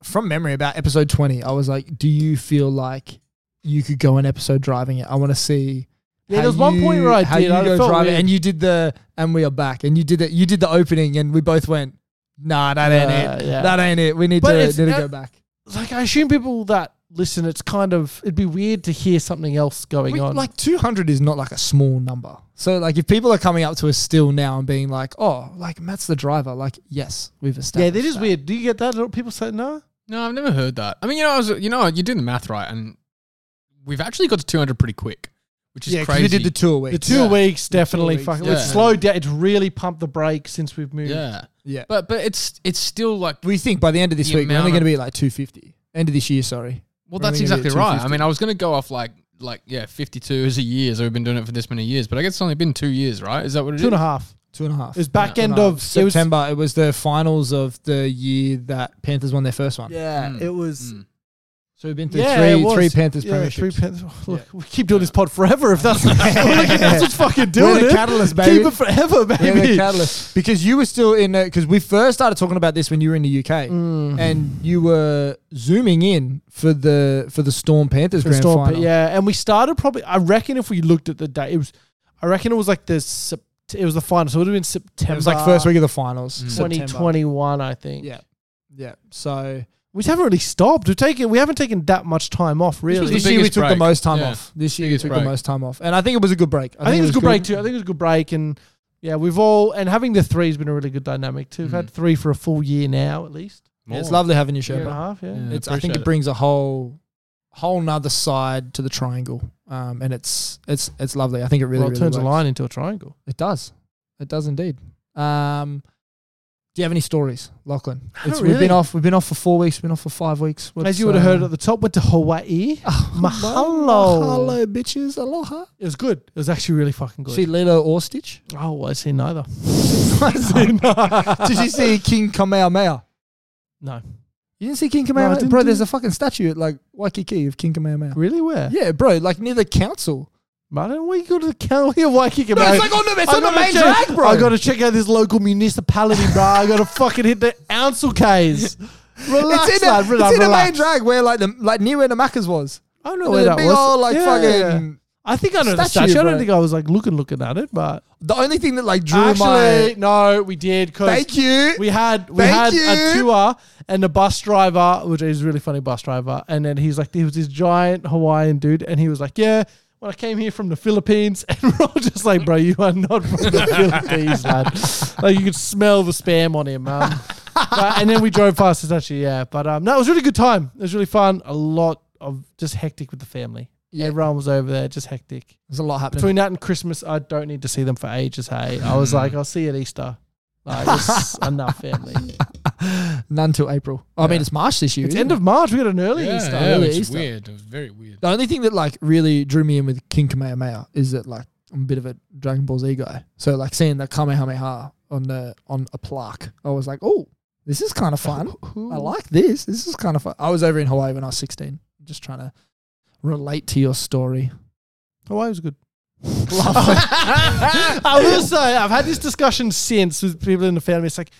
from memory about episode twenty, I was like, "Do you feel like you could go an episode driving it? I want to see." Yeah, there how was one point you- where I how did. you I go felt drive it, weird. and you did the and we are back, and you did it. You did the opening, and we both went, "Nah, that ain't Uh, it. yeah. That ain't it. We need But to need it's- to uh, go back." like I assume people that listen it's kind of it'd be weird to hear something else going We- on Like 200 is not like a small number. So like if people are coming up to us still now and being like, "Oh, like Matt's the driver," like yes, we've yeah established. that is weird do you get that people say no No, I've never heard that. I mean, you know, I was, you know, you do the math right, and we've actually got to 200 pretty quick, which is Yeah, 'cause crazy. we did the two a week. The two Yeah. weeks definitely weeks, fucking. yeah. It's slowed down. It's really pumped the brake since we've moved. yeah, yeah. but but it's it's still like We think by the end of this The week we're amount only of- going to be at, like 250. End of this year, sorry. well, We're that's only gonna be exactly at right. I 250. mean, I was going to go off like like yeah, 52 is a year, so we've been doing it for this many years, but I guess it's only been two years, right? Is that what it is? Two and a half. Two and a half. It was back Two and end a half. of it was- September. It was, the finals of the year that Panthers won their first one. yeah, Mm. it was. Mm. So we've been through Yeah, it three was. three Panthers Yeah, premierships. three Panthers. Oh, Look, we keep doing this pod forever. *laughs* If that's, that's what's fucking We're doing the it. catalyst, baby. Keep it forever, baby. Yeah, the catalyst. Because you were still in because we first started talking about this when you were in the UK, Mm. and you were zooming in for the for the Storm Panthers The grand Storm final. Pan- Yeah, and we started probably. I reckon if we looked at the date, it was. I reckon it was like the. Sept- It was the final, so it would have been September. Mm. it was like first week of the finals. September. twenty twenty one. I think. Yeah, Yeah. So we haven't really stopped. We've taken we haven't taken that much time off really. this year we took the most time off. This year we took the most time off, and I think it was a good break. I, think, it was a good, break too. I think it was a good break, and yeah, we've all and having the three has been a really good dynamic too. We've had three for a full year now at least. Yeah, it's lovely having you, Year and a Sherpa. half, Mm. yeah. Mm. Yeah. It's. I think appreciate it it. brings a whole, whole nother side to the triangle, um, and it's it's it's lovely. I think it really well, it really turns a works. line into a triangle. It does. It does indeed. Um, do you have any stories, Lachlan? It's, We've really. been off. We've been off for four weeks. Been off for five weeks. uh, As you would have heard *laughs* at the top, went to Hawaii. uh, mahalo. Oh, Mahalo, bitches. Aloha. It was good. It was actually really fucking good. See Lilo Orstich. oh, well, I see neither. *laughs* I *laughs* see neither. Did you *laughs* see King Kamehameha? No. You didn't see King I Kamehameha, didn't bro. do There's that. a fucking statue at like Waikiki of King Kamehameha. Really? Where? Yeah, bro. Like near the council. Man, I don't want you to go to the county of Waikiki, No, man. it's like on the- it's I on the gotta main check- drag, bro. I gotta check out this local municipality, bro. I gotta fucking hit the *laughs* Ouncil K's. Relax, it's in, lad, the, relax, it's in the main relax. drag where like the like near where the Macca's was. I don't know where There's a that big was. old like Yeah. fucking. I think I know the statue, statue. I bro. don't think I was like looking, looking at it, but The only thing that like drew my. actually, no, we did. 'cause Thank you. We had we Thank had a you. tour and the bus driver, which is a really funny bus driver, and then he's like he was this giant Hawaiian dude, and he was like, Yeah, when I came here from the Philippines, *laughs* and we're all just like, Bro, you are not from the *laughs* Philippines, man. Like you could smell the spam on him, um, but- and then we drove past the statue, yeah. But um no, it was a really good time. It was really fun. A lot of just hectic with the family. Yeah. Everyone was over there, just hectic. There's a lot happening. Between that and Christmas, I don't need to see them for ages. Hey, I was like, I'll see you at Easter. Like, *laughs* it's enough family. None till April. I mean, it's March this year. It's isn't end it? of March. We got an early Yeah, Easter. yeah, early which is Easter. weird. It was very weird. The only thing that like really drew me in with King Kamehameha is that like I'm a bit of a Dragon Ball Z guy. So like seeing the Kamehameha on the on a plaque, I was like, oh, this is kind of *laughs* fun. I like this. This is kind of fun. I was over in Hawaii when I was 16, just trying to relate to your *laughs* story. Oh, Hawaii *laughs* was good. Lovely. *laughs* I will say, I've had this discussion since with people in the family. It's like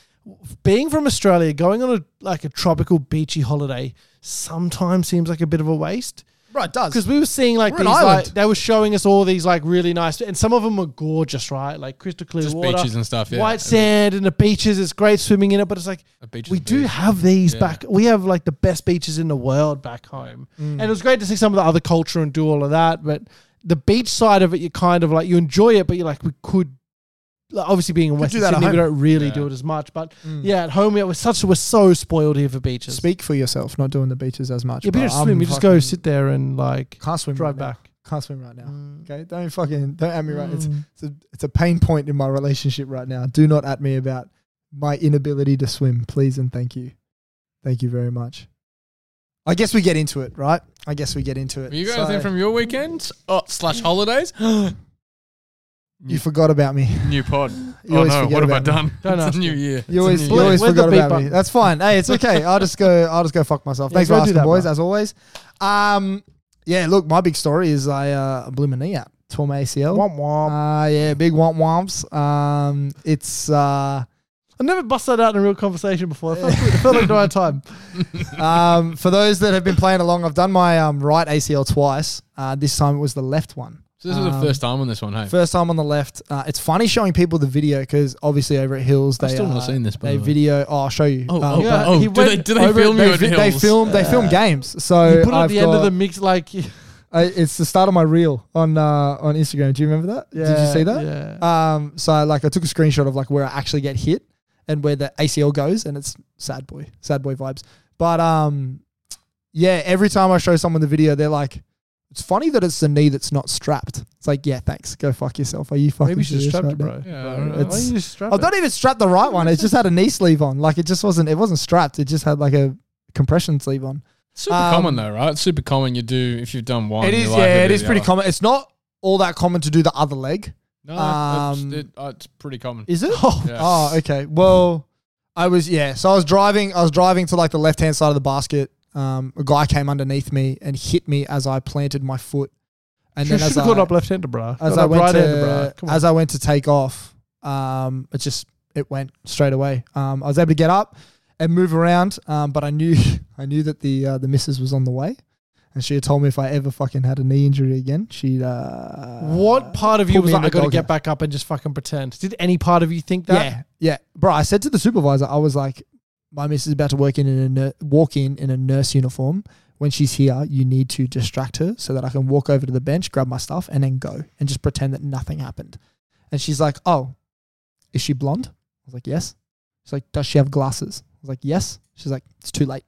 being from Australia, going on a like a tropical beachy holiday sometimes seems like a bit of a waste. right, it does. Because we were seeing like We're an these, island. like, they were showing us all these like really nice, and some of them were gorgeous, right? Like crystal clear Just water, beaches and stuff, yeah. white sand, and the beaches. It's great swimming in it, but it's like A beach is we a do beach. have these Yeah. back. We have like the best beaches in the world back home, Hmm. and it was great to see some of the other culture and do all of that. But the beach side of it, you kind of like you enjoy it, but you're like we could. Like obviously, being in Western that at Sydney, we home. Hmm. don't really Yeah. do it as much. But yeah, at home, yeah, we're such we're so spoiled here for beaches. Speak for yourself. Not doing the beaches as much. yeah, but you bro. don't I'm swim. You just fucking- go sit there and like Can't swim. drive right now. back. Can't swim right now. Mm. Okay, don't fucking don't at me right. Mm. It's *gasps* it's a, it's a pain point in my relationship right now. Do not at me about my inability to swim, please and thank you, thank you very much. I guess we get into it, right? I guess we get into it. Have you got So, anything from your weekends oh, slash holidays? you forgot about me. New pod. You oh always no, forget what have I about done? Don't it's ask a *laughs* new me. year. You always, you it's a new year. always Where's the forgot beep about me. button? That's fine. Hey, *laughs* it's okay. I'll just go. I'll just go fuck myself. Yeah, Thanks for go do asking, that, boys. bro. As always. Um, yeah. Look, my big story is I uh, blew my knee out, tore my ACL. Womp womp. Uh, yeah, big womp womps. Um, it's uh, I never bust that out in a real conversation *laughs* before. I felt, I felt like no time. um, for those that have been playing along, I've done my um, right ACL twice. Uh, this time it was the left one. So this is the Um, first time on this one, hey? First time on the left. Uh, it's funny showing people the video because obviously over at Hills they I've still not uh, seen this, by they the way. video. Oh, I'll show you. Oh, Um, oh, but oh, he do went they, do they over- film you at vi- Hills? they film they film games. So you put it at Oh, I've the end of got- the mix like *laughs* yeah. I, it's the start of my reel on uh, on Instagram. Do you remember that? Did you see that? Yeah. Um, so I, like I took a screenshot of like where I actually get hit and where the ACL goes, and it's sad boy, sad boy vibes. But um, yeah, every time I show someone the video, they're like, "It's funny that it's the knee that's not strapped." It's like, yeah, thanks, go fuck yourself. Are you fucking? Maybe you should serious strap right it, now? bro. Yeah, Bro, I don't know. why It's- don't you just strap I've it? not even strapped the right one. It just had a knee sleeve on. Like it just wasn't. It wasn't strapped. It just had like a compression sleeve on. Super Um, common though, right? Super common. You do if you've done one. it you're is. likely Yeah, to it do is the pretty other. common. It's not all that common to do the other leg. No, Um, it's, it, uh, it's pretty common. Is it? Yeah. Oh, okay. Well, I was yeah. So I was driving. I was driving to like the left hand side of the basket. Um, a guy came underneath me and hit me as I planted my foot. And You then as should I, have got up left-handed, bro. as Got I up went right-handed, bro. to Come on. as I went to take off, um, it just it went straight away. Um, I was able to get up and move around, um, but I knew *laughs* I knew that the uh, the missus was on the way, and she had told me if I ever fucking had a knee injury again, she'd. Uh, What part of you put was me in like, I the got to doghouse. get back up and just fucking pretend? Did any part of you think that? Yeah, yeah, bro. I said to the supervisor, I was like, my miss is about to work in a nur- walk in in a nurse uniform. When she's here, you need to distract her so that I can walk over to the bench, grab my stuff, and then go and just pretend that nothing happened. And she's like, "Oh, is she blonde?" I was like, "Yes." She's like, "Does she have glasses?" I was like, "Yes." She's like, "It's too late.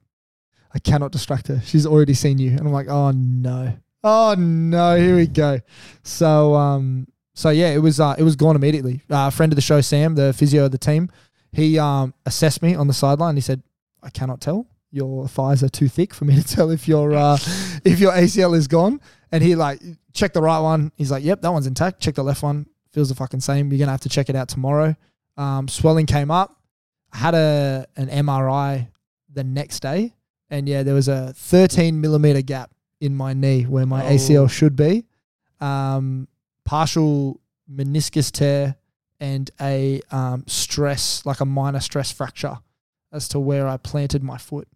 I cannot distract her. She's already seen you." And I'm like, "Oh no." Oh no, here we go. So um so yeah, it was uh it was gone immediately. Uh friend of the show Sam, the physio of the team, he um assessed me on the sideline. He said, "I cannot tell. Your thighs are too thick for me *laughs* to tell if your uh if your ACL is gone." And he like checked the right one. He's like, "Yep, that one's intact. Check the left one. Feels the fucking same. You're going to have to check it out tomorrow." Um swelling came up. I had a an MRI the next day, and yeah, there was a 13 millimeter gap in my knee where my ACL should be. Um, partial meniscus tear and a um, stress, like a minor stress fracture, as to where I planted my foot.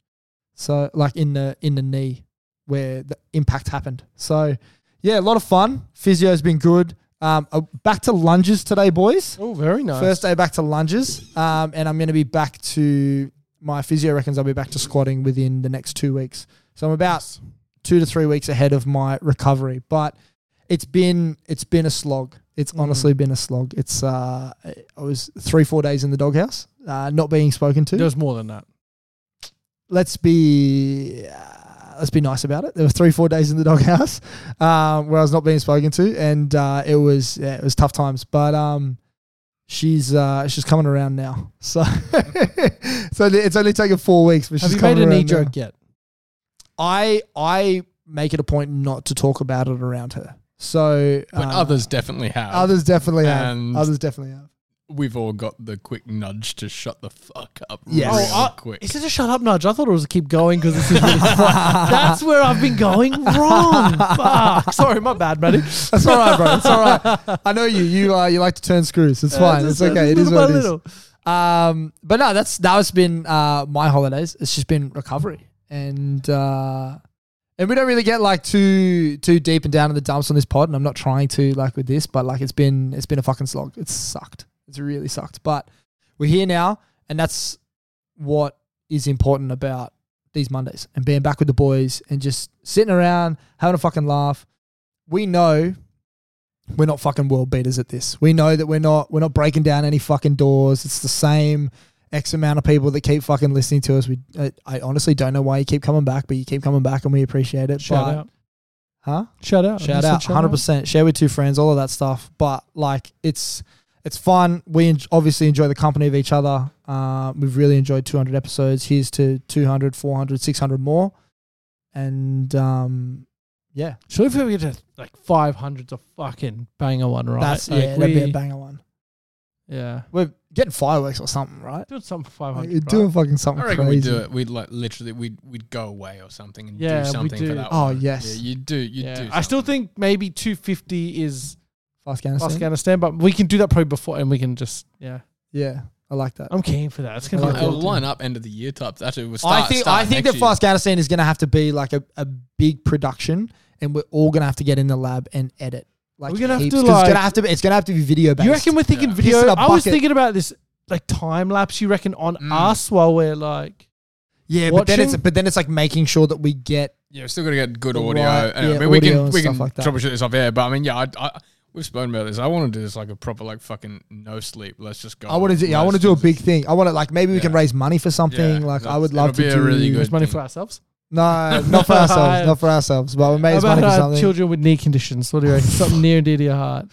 So, like in the in the knee where the impact happened. So, yeah, a lot of fun. Physio's been good. Um, uh, back to lunges today, boys. Oh, very nice. First day back to lunges, um, and I'm going to be back to my physio reckons I'll be back to squatting within the next two weeks. So I'm about two to three weeks ahead of my recovery, but it's been it's been a slog. It's honestly been a slog. It's uh, I was three four days in the doghouse, uh, not being spoken to. There was more than that. let's be uh, let's be nice about it. There were three four days in the doghouse um, where I was not being spoken to, and uh, it was yeah, it was tough times. But um, she's uh, she's coming around now. *laughs* So so it's only taken four weeks. But Have she's you made a coming knee around now. joke yet? I I make it a point not to talk about it around her. So But uh, others definitely have. others definitely have. And- Others definitely have. We've all got the quick nudge to shut the fuck up. Yes. Real Oh, I- quick. Is it a shut up nudge? I thought it was a keep going because this is *laughs* really *laughs* That's where I've been going wrong. Fuck. Sorry, my bad, buddy. That's all right, bro. It's all *laughs* right. I know you. You uh, you like to turn screws. It's fine. It's Just okay. It is little what by it is. little. Um, but no, that's that has been uh, my holidays. It's just been recovery, and uh, and we don't really get like too too deep and down in the dumps on this pod. And I'm not trying to like with this, but like it's been it's been a fucking slog. It's sucked. It's really sucked. But we're here now, and that's what is important about these Mondays and being back with the boys and just sitting around having a fucking laugh. We know we're not fucking world beaters at this. We know that we're not we're not breaking down any fucking doors. It's the same x amount of people that keep fucking listening to us. We I, I honestly don't know why you keep coming back, but you keep coming back and we appreciate it. Shout But- out. huh? Shout out. Shout out, hundred percent. Share with two friends, all of that stuff. But like, it's it's fun. We en- obviously enjoy the company of each other. Uh, we've really enjoyed 200 episodes. Here's to 200, 400, 600 more. And um, yeah, Surely if we get to like 500's a fucking banger one, right? that's Like, yeah, that'd be a we- banger one. Yeah. We're getting fireworks or something, right? Doing something for Like, 500. you're bro. doing fucking something I reckon crazy. we'd do it. We'd like literally we'd we'd go away or something and Yeah, do we something do. for that. Oh, one. yes. Yeah, you do. You Yeah. do. I still something. think maybe 250 is Afghanistan. Afghanistan, but we can do that probably before and we can just, yeah. Yeah, I like that. I'm keen for that. It's going I to like be it. cool. It'll line up end of the year types. Actually, we'll start. I think start I think that next for Afghanistan is going to have to be like a, a big production, and we're all going to have to get in the lab and edit. Like We're gonna have heaps, 'cause to, it's like- going to have to be it's going to have to be video based. You reckon we're thinking Yeah. video? Piss in a I was bucket. thinking about this like time lapse. You reckon on Mm. us while we're like, yeah, but then it's watching? but then it's like making sure that we get Yeah, we're still gonna get good Right, audio. and, yeah, I mean, we audio can and we stuff can like that. troubleshoot this off air. But I mean, yeah, I, I we've spoken about this. I want to do this like a proper like fucking no sleep. Let's just go. I want to do yeah, I Let's want to do a just- big thing. I want to like maybe we can Yeah. raise money for something. Yeah, like I that's- would love it'll be to do a really good- there's money thing. for ourselves? No, not for *laughs* ourselves, not for ourselves, but we may How as well about do uh, something children with knee conditions? What do *laughs* you reckon? Something near and dear to your heart.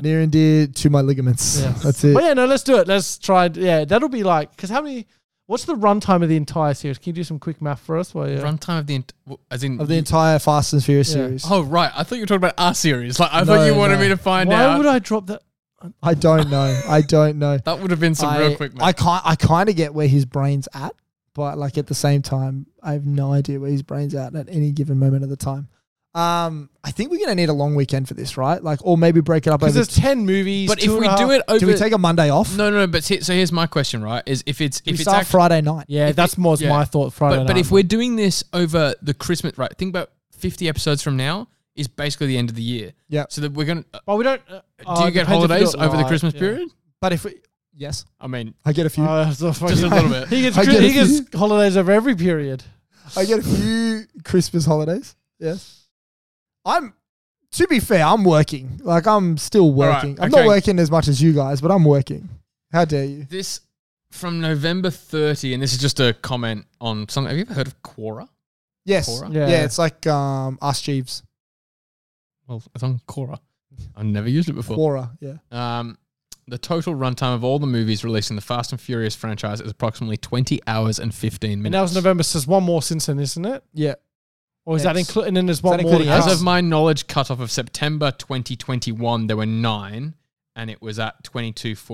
near and dear to my ligaments. Yeah. That's it. But yeah, no, let's do it. Let's try. and- Yeah, that'll be like, because how many, what's the runtime of the entire series? Can you do some quick math for us? While you runtime of the ent- w- as in Of the entire Fast and Furious Yeah. series, Oh right, I thought you were talking about our series. Like I thought you No, wanted no. me to find Why out. would I drop that? I don't know. I don't know. that would have been some I, real quick. I kind I kind of get where his brain's at, but like at the same time, I have no idea where his brain's at at any given moment of the time. Um, I think we're gonna need a long weekend for this, right? Like, or maybe break it up. Because Over there's 10 movies. but two if and we a half- do it over, do we take a Monday off? no, no, no. But see, so here's my question, right? Is if it's Do we if it's start actually, Friday night. Yeah, if that's it- more yeah. my thought Friday but, but night. if we're doing this over the Christmas, right? Think about 50 episodes from now is basically the end of the year. Yeah. So that we're gonna. uh, Well, we don't. uh, do uh, you get depends if we do holidays it over the live, Christmas yeah. period? But if we, Yes. I mean, I get a few. Oh, that's fucking- just a little *laughs* bit. He gets I cri- get he a gets few. holidays over every period. I get a few Christmas holidays. Yes. I'm to be fair, I'm working. Like I'm still right, working. I'm not okay. working as much as you guys, but I'm working. How dare you? This from November 30, and this is just a comment on something. Have you ever heard of Quora? Yes. Quora? Yeah. Yeah. it's like um Ask Jeeves. Well, it's on *laughs* Quora. I've never used it before. Quora, yeah. Um, the total runtime of all the movies released in the Fast and Furious franchise is approximately 20 hours and 15 And minutes. that was November. So there's one more since then, isn't it? Yeah. Or is that Yes. included? And then there's one that more. including to As us? come. of my knowledge cutoff of September 2021, there were nine, and it was at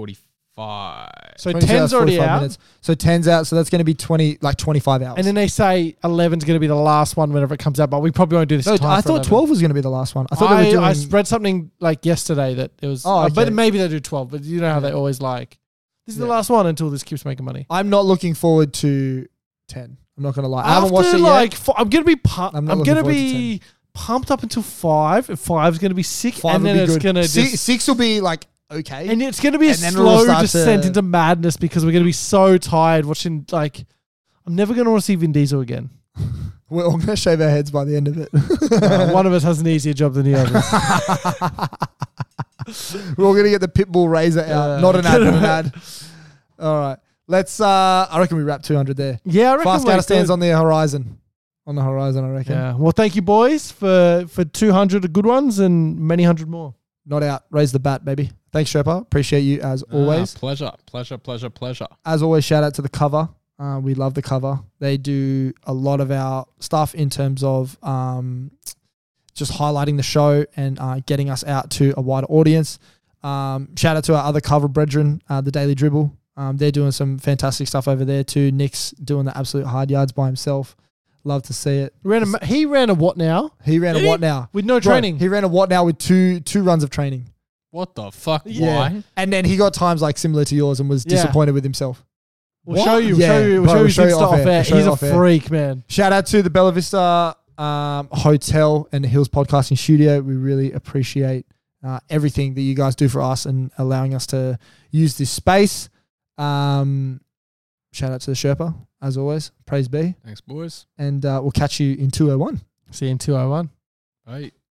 22.45. So 22 hours, ten's already 45 out, minutes. So ten's out, so that's gonna be twenty like twenty five hours. and then they say eleven's going to be the last one whenever it comes out. But we probably won't do this. no, in time I for thought 11. twelve was gonna be the last one. I I thought they were doing I read something like yesterday that it was. Oh, uh, but okay. maybe they do twelve. But you know how they always like. This is the Yeah. last one until this keeps making money. I'm not looking forward to ten. I'm not gonna lie. I haven't After, watched it yet. like, Four, I'm gonna be pu- I'm I'm, not looking gonna forward to be pumped up until five. And five's gonna be sick, Five and will then be it's good. gonna six, just, six will be like okay. and it's gonna be a and then it'll slow start descent to- into madness because we're gonna be so tired watching. Like, I'm never gonna want to see Vin *laughs* Diesel again. We're all gonna shave our heads by the end of it. *laughs* Uh, one of us has an easier job than the other. We're all gonna get the pitbull razor out. Yeah. not an ad, not an ad. All right, let's. uh I reckon we wrap 200 there. yeah, I reckon Fast we're out stands good. on the horizon. On the horizon, I reckon. Yeah. Well, thank you, boys, for for 200 good ones and many hundred more. Not out. Raise the bat, baby. Thanks, Sherpa. Appreciate you as always. Ah, pleasure, pleasure, pleasure, pleasure. As always, shout out to the cover. Uh, we love the cover. They do a lot of our stuff in terms of um, just highlighting the show and uh, getting us out to a wider audience. Um, shout out to our other cover brethren, uh, the Daily Dribble. Um, they're doing some fantastic stuff over there too. Nick's doing the absolute hard yards by himself. Love to see it. Ran a, ma- he ran a what now? He ran a Did he? what now? With no Bro, training. he ran a what now with two two runs of training. What the fuck? Yeah. Why? And then he got times like similar to yours and was Yeah. disappointed with himself. we'll What? show you. We'll Yeah, show you. We'll bro, show you we'll show good you stuff off air. We'll there. show He's you a off air. freak, man. Shout out to the Bella Vista um, Hotel and the Hills Podcasting Studio. We really appreciate uh, everything that you guys do for us and allowing us to use this space. Um, shout out to the Sherpa, as always. Praise be. Thanks, boys. And uh, we'll catch you in 201. See you in 201. Bye.